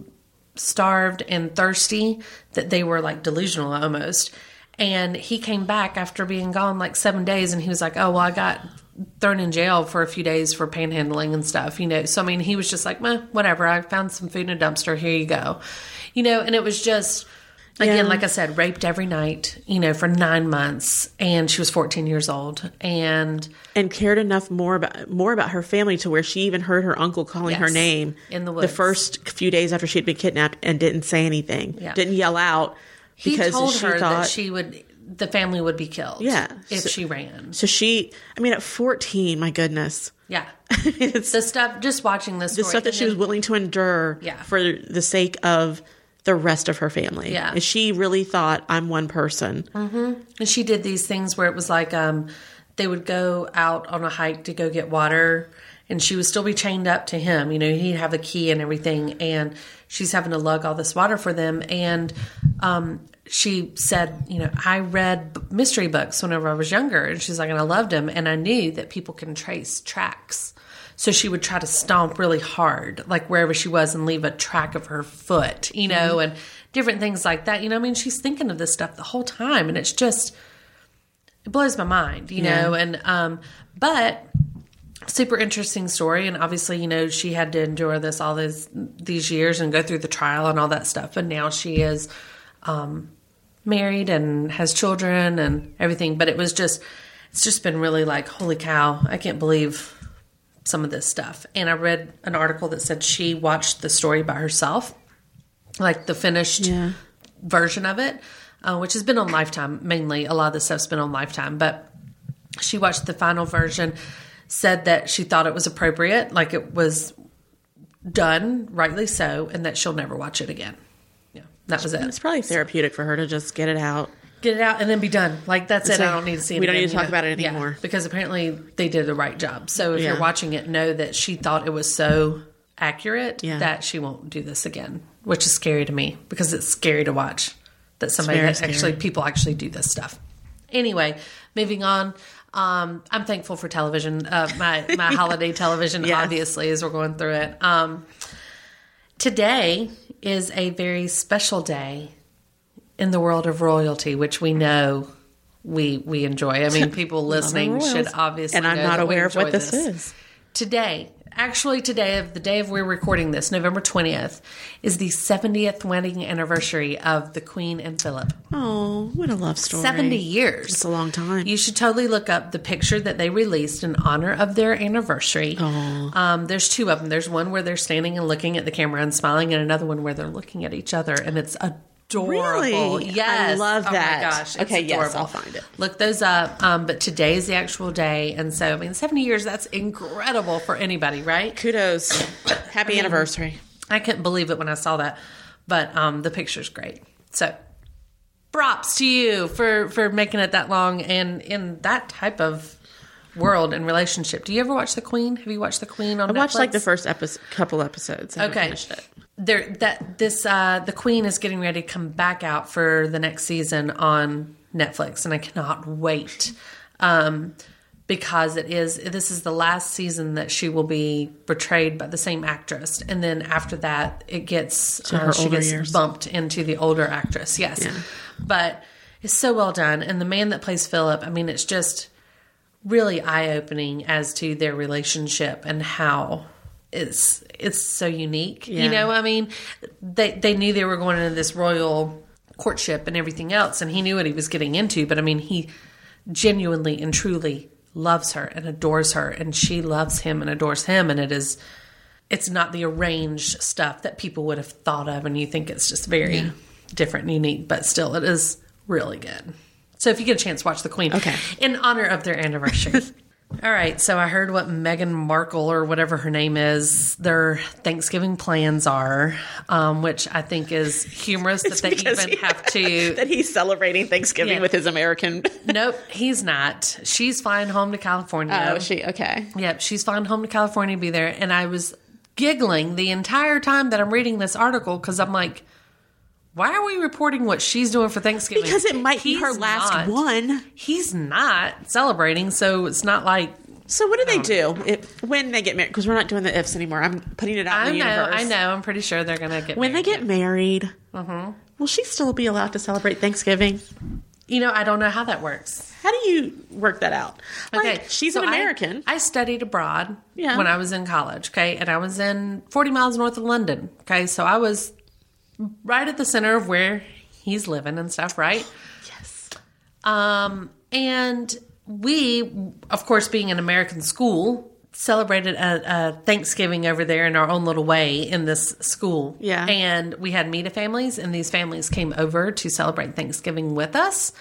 S5: starved and thirsty that they were like delusional almost. And he came back after being gone like seven days and he was like, Oh, well, I got thrown in jail for a few days for panhandling and stuff, you know. So, I mean, he was just like, Meh, whatever. I found some food in a dumpster. Here you go. You know, and it was just, again,
S6: Yeah.
S5: like I said, raped every night, you know, for nine months. And she was 14 years old. And
S6: and cared enough more about more about her family to where she even heard her uncle calling her
S5: Yes.
S6: name
S5: In the
S6: the
S5: woods.
S6: first few days after she had been kidnapped and didn't say anything,
S5: Yeah.
S6: didn't yell out
S5: he
S6: because
S5: told
S6: she
S5: her
S6: thought
S5: that she would, the family would be killed.
S6: Yeah.
S5: If
S6: So-
S5: she ran.
S6: so she. I mean, at fourteen, my goodness,
S5: Yeah.
S6: it's
S5: The stuff, just watching this
S6: the stuff that she was willing to endure
S5: Yeah.
S6: for the sake of the rest of her family.
S5: Yeah.
S6: And she really thought, I'm one person.
S5: And she did these things where it was like um, they would go out on a hike to go get water, and she would still be chained up to him. You know, he'd have a key and everything, and she's having to lug all this water for them. And um, she said, You know, I read b- mystery books whenever I was younger, and she's like, And I loved them, and I knew that people can trace tracks. So she would try to stomp really hard, like wherever she was, and leave a track of her foot, you know, and different things like that. You know, I mean, she's thinking of this stuff the whole time, and it's just, it blows my mind, you know, and, um, but super interesting story. And obviously, you know, she had to endure this all these, these years and go through the trial and all that stuff. But now she is, um, married and has children and everything. But it was just, it's just been really like, holy cow, I can't believe some of this stuff. And I read an article that said she watched the story by herself, like the finished version of it, uh, which has been on Lifetime mainly. A lot of the stuff's been on Lifetime, but she watched the final version, said that she thought it was appropriate, like it was done rightly so, and that she'll never watch it again. Yeah, that was
S6: It's
S5: it.
S6: probably therapeutic for her to just get it out.
S5: Get it out and then be done. Like that's it.
S6: like,
S5: I don't need to see it.
S6: we don't
S5: again,
S6: need to
S5: you
S6: talk
S5: know?
S6: about it
S5: Yeah,
S6: anymore.
S5: because apparently they did the right job. So if
S6: Yeah.
S5: you're watching it, know that she thought it was so accurate
S6: Yeah.
S5: that she won't do this again, which is scary to me because it's scary to watch that somebody
S6: very
S5: that actually people actually do this stuff. Anyway, moving on. Um, I'm thankful for television. Uh, my my holiday television,
S6: Yes.
S5: obviously, as we're going through it. Um, today is a very special day in the world of royalty, which we know we we enjoy. I mean, people listening should obviously.
S6: And I'm
S5: know
S6: not
S5: that we
S6: aware of
S5: enjoy
S6: what this,
S5: this
S6: is.
S5: today actually today of the day of we're recording this november 20th is the 70th wedding anniversary of the queen and philip
S6: Oh, what a love story.
S5: 70 years
S6: It's a long time.
S5: you should totally look up the picture that they released in honor of their anniversary um, there's two of them there's one where they're standing and looking at the camera and smiling and another one where they're looking at each other and it's adorable
S6: Really? I
S5: yes
S6: love that.
S5: oh my gosh it's
S6: Okay, yes,
S5: adorable.
S6: I'll find it.
S5: look those up um, but today's the actual day and so i mean 70 years that's incredible for anybody right
S6: Kudos. Happy anniversary.
S5: I couldn't believe it when I saw that, but um, the picture's great. So, props to you for for making it that long and in that type of world and relationship. Do you ever watch The Queen? Have you watched The Queen on?
S6: I watched like the
S5: Netflix?
S6: first episode, couple episodes. I haven't
S5: Okay.
S6: finished it.
S5: There that this uh, the Queen is getting ready to come back out for the next season on Netflix, and I cannot wait. Um, because it is this is the last season that she will be portrayed by the same actress, and then after that it gets uh,
S6: her
S5: she
S6: older
S5: gets
S6: years.
S5: bumped into the older actress. Yes, but it's so well done, and the man that plays Philip, I mean, it's just really eye opening as to their relationship and how it's it's so unique. You know, I mean, they they knew they were going into this royal courtship and everything else, and he knew what he was getting into. But I mean, he genuinely and truly loves her and adores her, and she loves him and adores him, and it is. It's not the arranged stuff that people would have thought of, and you think it's just very different and unique, but still, it is really good. So, if you get a chance, watch The Queen
S6: Okay.
S5: in honor of their anniversary. All right, so I heard what Meghan Markle or whatever her name is, their Thanksgiving plans are, um, which I think is humorous that they
S6: because
S5: even
S6: he-
S5: have to.
S6: That he's celebrating Thanksgiving
S5: Yeah.
S6: with his American.
S5: nope, he's not. She's flying home to California.
S6: Oh, she okay.
S5: Yep, she's flying home to California to be there. And I was giggling the entire time that I'm reading this article because I'm like, why are we reporting what she's doing for Thanksgiving?
S6: Because it might be her
S5: He's
S6: last
S5: not.
S6: one.
S5: He's not celebrating, so it's not like
S6: So what do they
S5: Um,
S6: do if, when they get married? Because we're not doing the ifs anymore. I'm putting it out
S5: I
S6: in the
S5: know,
S6: universe.
S5: I know. Mm-hmm. I'm pretty sure they're gonna get
S6: When they
S5: married.
S6: get married, will she still be allowed to celebrate Thanksgiving?
S5: You know, I don't know how that works.
S6: How do you work that out? Like, she's
S5: so
S6: an
S5: I-
S6: American.
S5: I, studied abroad
S6: Yeah.
S5: when I was in college. Okay, and I was in 40 miles north of London. Okay, so I was right at the center of where he's living and stuff. Right.
S6: yes.
S5: Um, and we, of course, being an American school, celebrated a, a Thanksgiving over there in our own little way in this school.
S6: Yeah.
S5: And we had Mita families, and these families came over to celebrate Thanksgiving with us.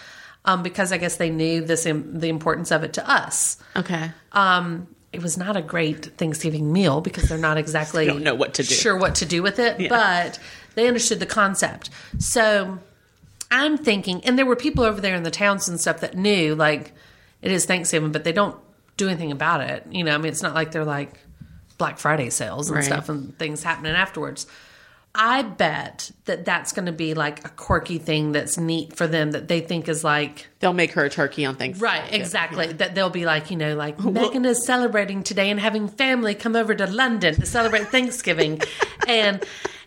S5: Um, because I guess they knew this im- the importance of it to us.
S6: Okay.
S5: It was not a great Thanksgiving meal because they're not exactly
S6: Don't know what to do.
S5: sure what to do with it, but they understood the concept. So I'm thinking, and there were people over there in the towns and stuff that knew, like, it is Thanksgiving, but they don't do anything about it. You know, I mean, it's not like they're like Black Friday sales and
S6: Right.
S5: stuff and things happening afterwards. I bet that that's going to be like a quirky thing that's neat for them that they think is like,
S6: They'll make her a turkey on Thanksgiving.
S5: Right, exactly. That they'll be like, you know, like Megan is celebrating today and having family come over to London to celebrate Thanksgiving, and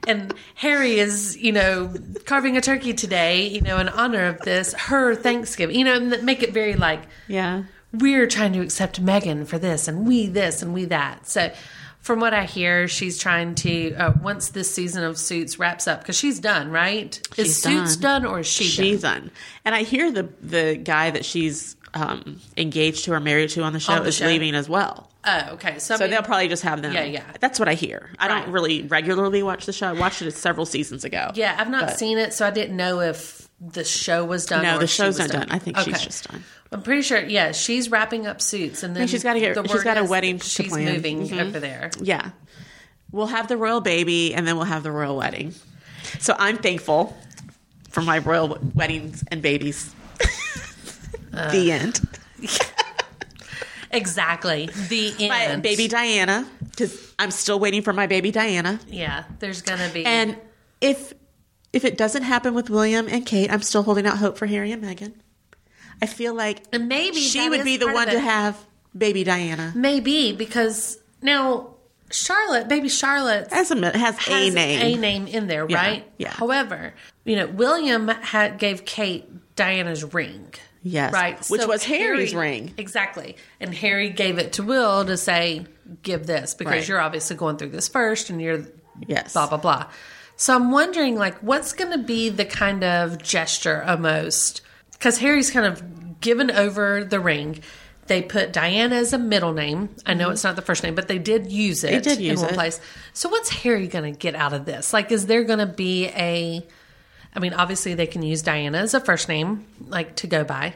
S5: and Harry is, you know, carving a turkey today, you know, in honor of this her Thanksgiving, you know, and that make it very like
S6: Yeah.
S5: we're trying to accept Megan for this and we this and we that. So, from what I hear, she's trying to uh, once this season of Suits wraps up because she's done, right? is
S6: She's
S5: Suits done, or is she? done?
S6: She's on. And I hear the the guy that she's um, engaged to or married to on the show
S5: the
S6: is
S5: show.
S6: leaving as well.
S5: Oh, okay. So, I
S6: So
S5: mean-
S6: they'll probably just have them.
S5: Yeah, yeah.
S6: That's what I hear. I don't
S5: Right.
S6: really regularly watch the show. I watched it several seasons ago.
S5: Yeah, I've not
S6: But-
S5: seen it, so I didn't know if the show was done.
S6: No,
S5: or
S6: the
S5: if she
S6: show's
S5: was
S6: not done. I think she's just done.
S5: I'm pretty sure. Yeah, she's wrapping up suits, and then
S6: she's gotta get-
S5: the
S6: she's
S5: word
S6: got a
S5: is
S6: wedding
S5: that
S6: to
S5: She's
S6: plan. Mm-hmm.
S5: moving over there.
S6: Yeah. We'll have the royal baby and then we'll have the royal wedding. So I'm thankful for my royal w- weddings and babies.
S5: Uh,
S6: the end.
S5: Exactly. The
S6: My
S5: end.
S6: baby Diana, because I'm still waiting for my baby Diana.
S5: Yeah, there's gonna be.
S6: And if if it doesn't happen with William and Kate, I'm still holding out hope for Harry and Meghan. I feel like
S5: And maybe
S6: she
S5: that
S6: would
S5: is
S6: be the
S5: part of
S6: one to
S5: it.
S6: have baby Diana
S5: maybe because now Charlotte, baby Charlotte,
S6: as a mi- has, a
S5: has a
S6: name.
S5: name in there,
S6: Yeah,
S5: right?
S6: yeah.
S5: However, you know, William had gave Kate Diana's ring.
S6: Yes,
S5: Right.
S6: which was Harry's ring.
S5: Exactly. And Harry gave it to Will to say, give this because
S6: Right.
S5: you're obviously going through this first and you're
S6: Yes.
S5: blah blah blah. So I'm wondering like what's going to be the kind of gesture almost cuz Harry's kind of given over the ring. They put Diana as a middle name. I know it's not the first name, but they did use it
S6: Mm-hmm. did
S5: in
S6: use
S5: one
S6: it.
S5: place. So what's Harry going to get out of this? Like is there going to be a I mean obviously they can use Diana as a first name like to go by.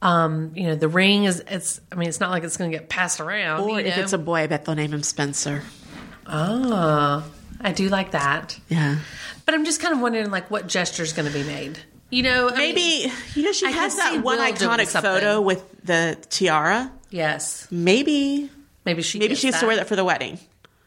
S5: Um, you know, the ring is it's I mean it's not like it's going to get passed around
S6: Or
S5: you
S6: if
S5: know?
S6: it's a boy, I bet they'll name him Spencer.
S5: Oh, I do like that.
S6: Yeah.
S5: But I'm just kind of wondering, like, what gesture is going to be made? You know, I
S6: Maybe
S5: mean,
S6: you know she
S5: I can
S6: has
S5: see
S6: that one
S5: Will doing
S6: iconic
S5: something.
S6: photo with the tiara.
S5: yes.
S6: Maybe
S5: Maybe she.
S6: maybe
S5: gets
S6: she has to wear that for the wedding.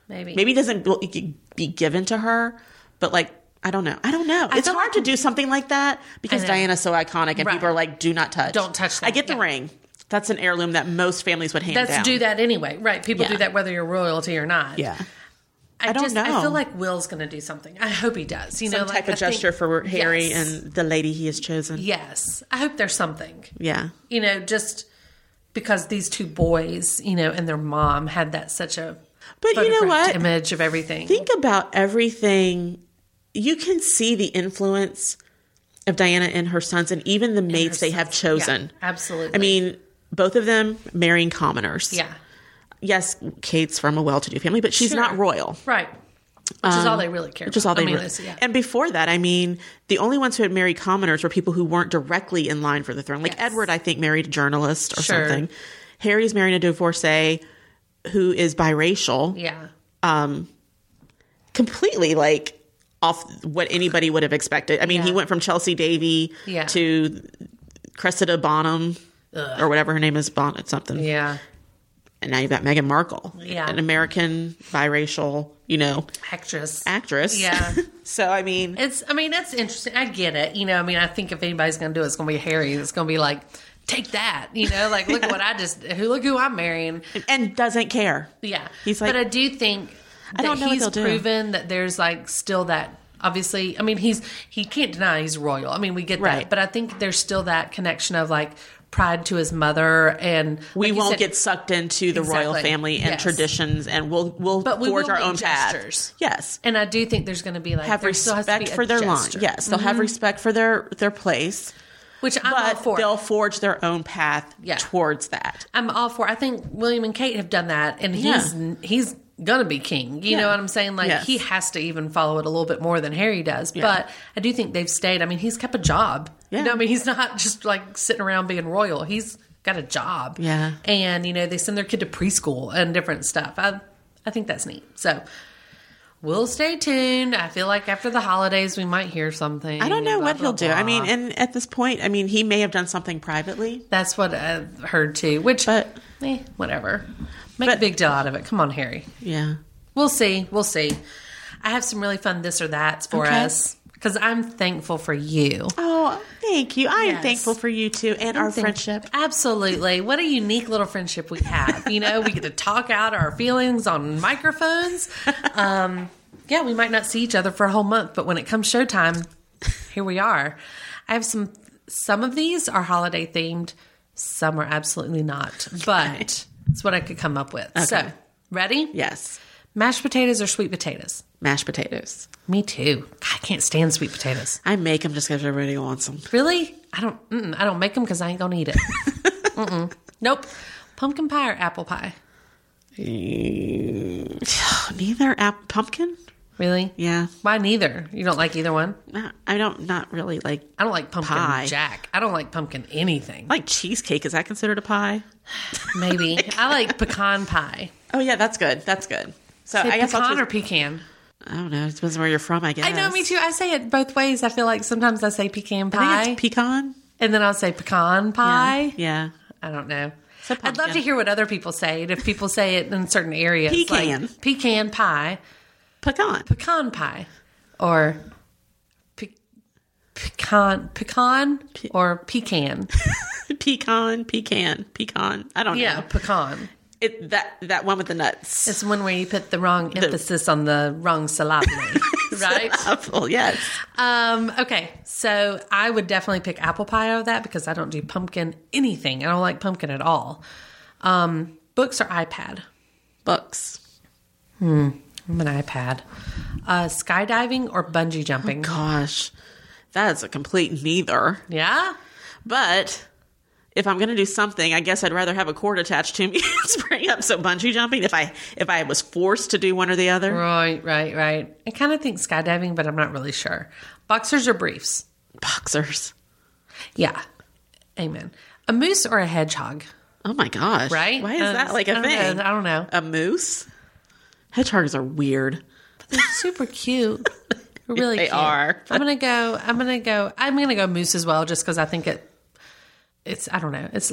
S5: Maybe.
S6: Maybe it doesn't be- be given to her, but like I don't know. I don't know. it's
S5: feel
S6: hard
S5: like-
S6: to do something like that because
S5: know.
S6: Diana's so iconic and
S5: Right.
S6: people are like, "Do not touch."
S5: Don't touch that.
S6: I get the
S5: Yeah.
S6: ring. That's an heirloom that most families would hand
S5: That's
S6: down.
S5: do that anyway, right? People do
S6: Yeah.
S5: that whether you're royalty or not.
S6: Yeah.
S5: I,
S6: I don't
S5: just, I
S6: know.
S5: feel like Will's going to do something. I hope he does. You
S6: Some
S5: know,
S6: type
S5: like,
S6: of
S5: I think-
S6: gesture for Harry
S5: Yes.
S6: and the lady he has chosen.
S5: yes, I hope there's something.
S6: Yeah.
S5: You know, just because these two boys, you know, and their mom had that such a
S6: But you know
S5: photographed
S6: what?
S5: image of everything.
S6: think about everything you can see the influence of diana and her sons and even the mates they have chosen
S5: Yeah, absolutely.
S6: i mean both of them marrying commoners
S5: yeah,
S6: yes kate's from a well-to-do family but she's
S5: Sure.
S6: not royal
S5: right. Which is all they really care.
S6: um, which is all
S5: about.
S6: they
S5: I mean,
S6: really,
S5: it's- yeah.
S6: and before that i mean the only ones who had married commoners were people who weren't directly in line for the throne like
S5: Yes.
S6: edward i think married a journalist or
S5: Sure.
S6: something harry's marrying a divorcee who is biracial
S5: yeah.
S6: completely like off what anybody would have expected. I mean, he
S5: Yeah.
S6: went from Chelsea Davy
S5: Yeah.
S6: to Cressida Bonham or whatever her name is, Bonnet something.
S5: Yeah.
S6: And now you've got Meghan Markle,
S5: Yeah.
S6: an American biracial, you know,
S5: Actress.
S6: actress.
S5: Yeah.
S6: so I mean,
S5: It's, I mean, that's interesting. I get it. You know, I mean, I think if anybody's going to do it, it's going to be Harry. It's going to be like, take that. You know, like, look what I just, who, look who I'm marrying.
S6: and doesn't care.
S5: Yeah.
S6: He's like-
S5: but I do think that
S6: don't know what
S5: he's
S6: they'll do.
S5: proven that there's like still that. Obviously, I mean, he's, he can't deny he's royal. I mean, we get
S6: Right.
S5: that. But I think there's still that connection of like pride to his mother and like
S6: We
S5: you
S6: won't
S5: said,
S6: get sucked into the royal
S5: Exactly.
S6: family and
S5: Yes.
S6: traditions, and we'll we'll
S5: But we
S6: forge
S5: will
S6: our
S5: make
S6: own
S5: gestures.
S6: path. Yes,
S5: And I do think there's going to be like
S6: have
S5: there still has to be
S6: respect
S5: a
S6: for their line.
S5: gesture,
S6: Yes, they'll have respect for their their place.
S5: which I'm all
S6: but
S5: for.
S6: they'll forge their own path
S5: Yeah.
S6: towards that.
S5: I'm all for. I think William and Kate have done that, and he's he's gonna be king. You
S6: Yeah.
S5: know what I'm saying? Like
S6: Yes.
S5: he has to even follow it a little bit more than Harry does. But I do think they've stayed. I mean, he's kept a job.
S6: Yeah.
S5: You know, what I mean, he's not just like sitting around being royal. He's got a job.
S6: Yeah.
S5: and you know they send their kid to preschool and different stuff. I I think that's neat. So. We'll stay tuned. I feel like after the holidays, we might hear something.
S6: I don't
S5: and
S6: know
S5: blah,
S6: what
S5: blah,
S6: he'll do.
S5: blah.
S6: I mean, and at this point, I mean, he may have done something privately.
S5: That's what I've heard too. Which,
S6: But-
S5: eh, whatever. Make a
S6: But-
S5: big deal out of it. Come on, Harry.
S6: Yeah.
S5: We'll see. We'll see. I have some really fun this or that's for
S6: Okay.
S5: us because I'm thankful for you.
S6: Oh, thank you. I am
S5: Yes.
S6: thankful for you too and our friendship.
S5: Absolutely. What a unique little friendship we have. You know, we get to talk out our feelings on microphones. Um, yeah, we might not see each other for a whole month, but when it comes showtime, here we are. I have some, some of these are holiday themed, some are absolutely not, but it's what I could come up with. So, ready?
S6: Yes.
S5: Mashed potatoes or sweet potatoes?
S6: Mashed potatoes.
S5: Me too. I can't stand sweet potatoes.
S6: I make them just because everybody wants them.
S5: Really? I don't. Mm, I don't make them because I ain't gonna eat it. mm-mm. Nope. Pumpkin pie or apple pie?
S6: Neither app- pumpkin.
S5: Really?
S6: Yeah.
S5: Mine neither. You don't like either one?
S6: Not- I don't, not really like,
S5: I don't like pumpkin
S6: Pie.
S5: jack. I don't like pumpkin anything.
S6: like cheesecake. Is that considered a pie?
S5: Maybe. I like pecan pie.
S6: Oh, yeah, that's good. That's good. So
S5: Say
S6: I guess I'll
S5: pecan or
S6: choose,
S5: pecan?
S6: I don't know. It depends on where you're from, I guess.
S5: I know, me too. I say it both ways. I feel like sometimes I say pecan
S6: I
S5: pie,
S6: think it's pecan.
S5: and then I'll say pecan pie.
S6: Yeah.
S5: I don't know.
S6: So
S5: I'd love
S6: pumpkin.
S5: to hear what other people say it. If people say it in certain areas, like
S6: Pecan.
S5: pecan pie,
S6: Pecan.
S5: pecan pie, or pe- pecan, pecan, or pecan.
S6: Pecan, pecan, pecan. I don't
S5: Yeah,
S6: know.
S5: pecan.
S6: It, that that one with the nuts.
S5: It's one where you put the wrong emphasis on the wrong syllable, right?
S6: Apple, yes.
S5: Um, okay, so I would definitely pick apple pie out of that because I don't do pumpkin anything. I don't like pumpkin at all. Um, books or iPad?
S6: Books.
S5: I'm an iPad. Uh, skydiving or bungee jumping?
S6: Gosh, that is a complete neither.
S5: yeah.
S6: But if I'm going to do something, I guess I'd rather have a cord attached to me and spring up. So bungee jumping, if I if I was forced to do one or the other,
S5: Right, right, right. I kind of think skydiving, but I'm not really sure. Boxers or briefs?
S6: boxers.
S5: Yeah. Amen. A moose or a hedgehog?
S6: Oh my gosh,
S5: Right?
S6: Why is
S5: Uh,
S6: that like
S5: I
S6: a
S5: don't know.
S6: thing?
S5: I don't know.
S6: A moose. Hedgehogs are weird.
S5: They're super cute. They're really
S6: They
S5: cute.
S6: are.
S5: I'm gonna go. I'm gonna go. I'm gonna go moose as well, just because I think it. It's I don't know. It's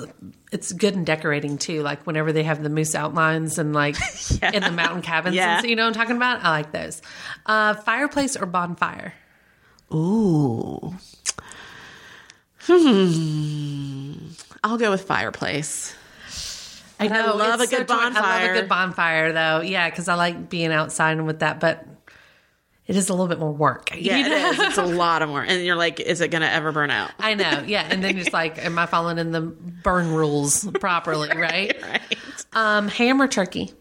S5: it's good in decorating too. Like whenever they have the moose outlines and like in the mountain cabins,
S6: Yeah.
S5: and so, you know what I'm talking about. I like those. Uh, fireplace or bonfire?
S6: Ooh. Hmm. I'll go with fireplace. I know. love a
S5: it's so
S6: good
S5: torn-
S6: bonfire.
S5: I love a good bonfire though. Yeah, because I like being outside and with that, but it is a little bit more work. you
S6: Yeah, it
S5: know?
S6: is. It's a lot of more. And you're like, is it going to ever burn out?
S5: I know. Yeah, and then just like, am I following in the burn rules properly? right. Um, ham or turkey?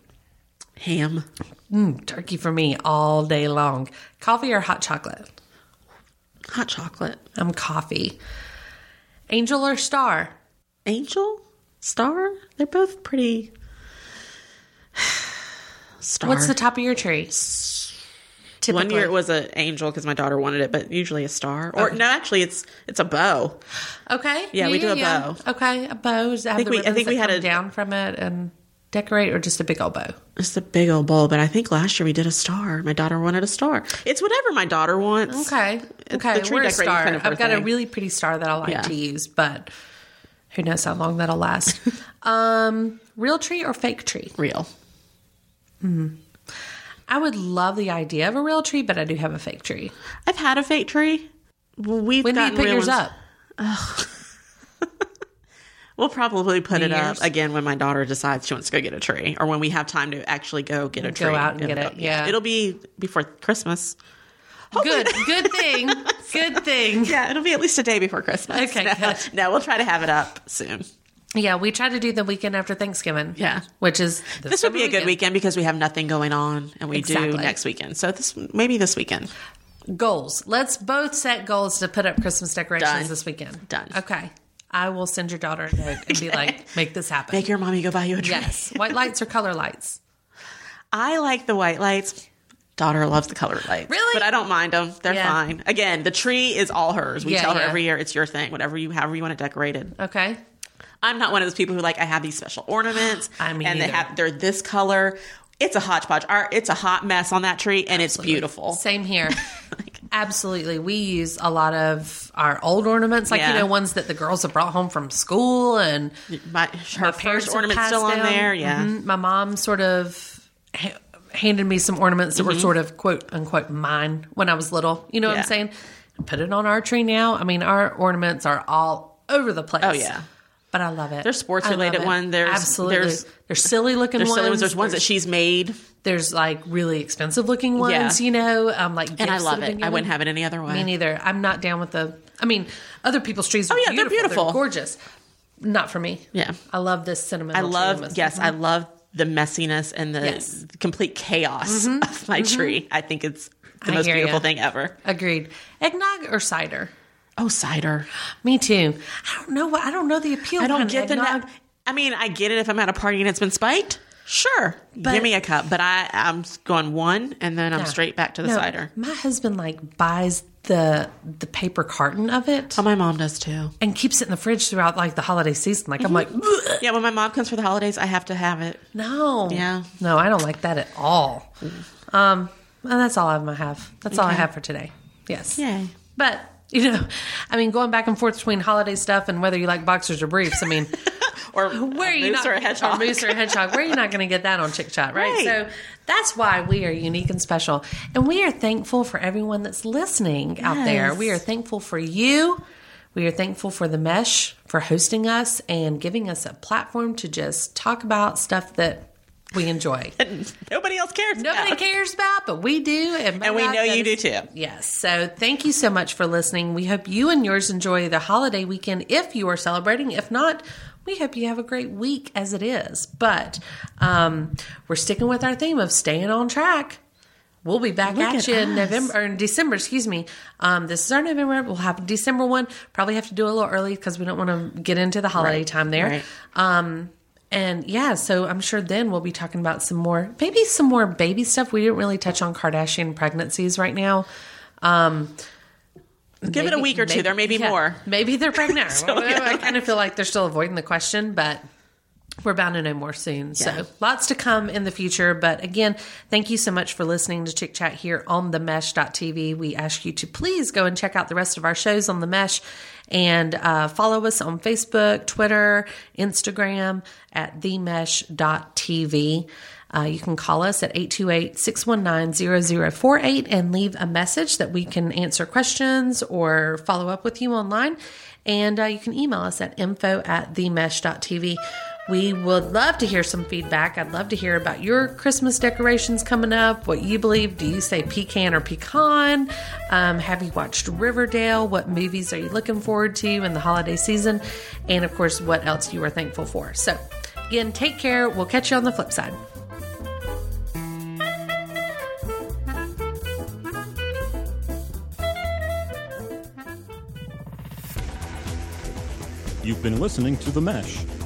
S5: Mm,
S6: Ham.
S5: Turkey for me all day long. Coffee or hot chocolate?
S6: Hot chocolate.
S5: I'm coffee. Angel or star?
S6: Angel? Star? They're both pretty. Star.
S5: What's the top of your tree? Typically.
S6: One year it was an angel because my daughter wanted it, but usually a star. Or no, actually, it's it's a bow.
S5: Okay.
S6: Yeah, we do a bow.
S5: Okay, a bow. Does that have
S6: think
S5: the
S6: we- I
S5: ribbons
S6: think
S5: that
S6: we had
S5: come
S6: a-
S5: down from it and decorate, or just a big old bow?
S6: It's a big old bowl, but I think last year we did a star. My daughter wanted a star. It's whatever my daughter wants.
S5: Okay.
S6: It's
S5: okay.
S6: the tree
S5: We're a
S6: decorating
S5: star.
S6: kind of
S5: I've got a
S6: thing.
S5: really pretty star that I like
S6: Yeah.
S5: to use, but who knows how long that'll last. um, real tree or fake tree?
S6: Real.
S5: I would love the idea of a real tree, but I do have a fake tree.
S6: I've had a fake tree. We've
S5: When do you
S6: gotten
S5: put
S6: real
S5: yours
S6: ones-
S5: up?
S6: We'll probably put
S5: New
S6: it
S5: Year's?
S6: up again when my daughter decides she wants to go get a tree, or when we have time to actually go get a
S5: Go
S6: tree.
S5: out and get it, yeah.
S6: it'll be before Christmas.
S5: Good, good thing. Good thing.
S6: Yeah, it'll be at least a day before Christmas.
S5: Okay,
S6: no,
S5: good.
S6: no, we'll try to have it up soon.
S5: Yeah, we try to do the weekend after Thanksgiving.
S6: Yeah.
S5: Which is
S6: This, would be a good weekend because we have nothing going on, and we do
S5: Exactly.
S6: next weekend. So this maybe this weekend.
S5: Goals. Let's both set goals to put up Christmas decorations
S6: Done.
S5: this weekend.
S6: Done.
S5: Okay. I will send your daughter a note and be like, make this happen.
S6: Make your mommy go buy you a tree.
S5: yes. White lights or color lights?
S6: I like the white lights. Daughter loves the colored lights.
S5: Really?
S6: But I don't mind them. They're
S5: Yeah.
S6: fine. Again, the tree is all hers. We
S5: Yeah,
S6: tell her
S5: yeah.
S6: every year it's your thing, whatever you however you want it decorated.
S5: Okay.
S6: I'm not one of those people who like I have these special ornaments
S5: I mean,
S6: and they
S5: either.
S6: have they're this color. It's a hodgepodge. Our, it's a hot mess on that tree and it's beautiful.
S5: Same here. Absolutely. We use a lot of our old ornaments, like,
S6: Yeah.
S5: you know, ones that the girls have brought home from school and
S6: My, her
S5: parents
S6: first
S5: had
S6: ornament's
S5: passed
S6: still on
S5: down.
S6: there. Yeah.
S5: Mhm. My mom sort of ha- handed me some ornaments that were sort of quote unquote mine when I was little. You know what
S6: Mm-hmm. Yeah.
S5: I'm saying? Put it on our tree now. I mean, our ornaments are all over the place.
S6: Oh, yeah.
S5: But I love it.
S6: There's
S5: I
S6: sports-related
S5: love it.
S6: one. There's-
S5: absolutely
S6: there's-
S5: there's, silly looking
S6: There's
S5: ones.
S6: still ones. There's ones that she's made,
S5: there's like really expensive looking
S6: Yeah.
S5: ones. You know, um, like
S6: and I love it. I wouldn't have it any other way.
S5: me neither. I'm not down with the. I mean, other people's trees. Are
S6: Oh, yeah, they're
S5: beautiful.
S6: beautiful.
S5: gorgeous. Not for me.
S6: Yeah.
S5: I love this cinnamon.
S6: I love, yes, I love the messiness and the
S5: Yes. Mm-hmm.
S6: complete chaos of my tree. I think it's the
S5: I
S6: most
S5: hear
S6: beautiful
S5: ya.
S6: thing ever.
S5: Agreed. Eggnog or cider?
S6: Oh, cider.
S5: Me too. I don't know. what I don't know the appeal.
S6: I don't
S5: behind
S6: get the.
S5: eggnog.
S6: Na- I mean, I get it if I'm at a party and it's been spiked. Sure,
S5: But-
S6: give me a cup, but I I'm going one, and then I'm
S5: Yeah.
S6: straight back to the
S5: No,
S6: cider.
S5: My husband like buys the the paper carton of it
S6: Oh, my mom does too.
S5: and keeps it in the fridge throughout like the holiday season. Like I'm
S6: Mm-hmm.
S5: like, "Ugh,
S6: Yeah, when my mom comes for the holidays, I have to have it.
S5: no,
S6: Yeah.
S5: no, I don't like that at all. Um, and that's all I'm gonna have. That's all I
S6: Okay.
S5: have for today. Yes.
S6: Yay.
S5: But you know, I mean, going back and forth between holiday stuff and whether you like boxers or briefs. I mean.
S6: Or
S5: Where
S6: where
S5: are you
S6: moose
S5: not
S6: or a hedgehog?
S5: moose or a hedgehog? Where are you not going to get that on Chick Chat, right?
S6: Right.
S5: So that's why we are unique and special, and we are thankful for everyone that's listening out there.
S6: Yes.
S5: We are thankful for you. We are thankful for the Mesh for hosting us and giving us a platform to just talk about stuff that we enjoy.
S6: Nobody else cares.
S5: Nobody
S6: about.
S5: cares about, but we do, and, my
S6: And we
S5: God,
S6: know
S5: that
S6: you
S5: is-
S6: do, too.
S5: Yes. So thank you so much for listening. We hope you and yours enjoy the holiday weekend if you are celebrating. If not, we hope you have a great week as it is. But um, we're sticking with our theme of staying on track. We'll be back
S6: Look
S5: at,
S6: at
S5: you in
S6: us.
S5: November or in December, excuse me. Um, this is our November. We'll have a December one. Probably have to do a little early because we don't want to get into the holiday time there.
S6: right.
S5: Um, and yeah, so I'm sure then we'll be talking about some more, maybe some more baby stuff. We didn't really touch on Kardashian pregnancies right now. Um,
S6: Give it a week or two. There may be
S5: yeah,
S6: more.
S5: Maybe they're pregnant.
S6: So, yeah.
S5: I kind of feel like they're still avoiding the question, but we're bound to know more soon.
S6: Yeah.
S5: So lots to come in the future. But again, thank you so much for listening to Chick Chat here on the Mesh.tv. We ask you to please go and check out the rest of our shows on the Mesh and uh, follow us on Facebook, Twitter, Instagram at themesh.tv. Uh, you can call us at 828 619 0048 and leave a message that we can answer questions or follow up with you online. And uh, you can email us at info at themesh.tv. We would love to hear some feedback. I'd love to hear about your Christmas decorations coming up, what you believe. Do you say pecan or pecan? Um, have you watched Riverdale? What movies are you looking forward to in the holiday season? And of course, what else you are thankful for. So, again, take care. We'll catch you on the flip side.
S1: You've been listening to The Mesh,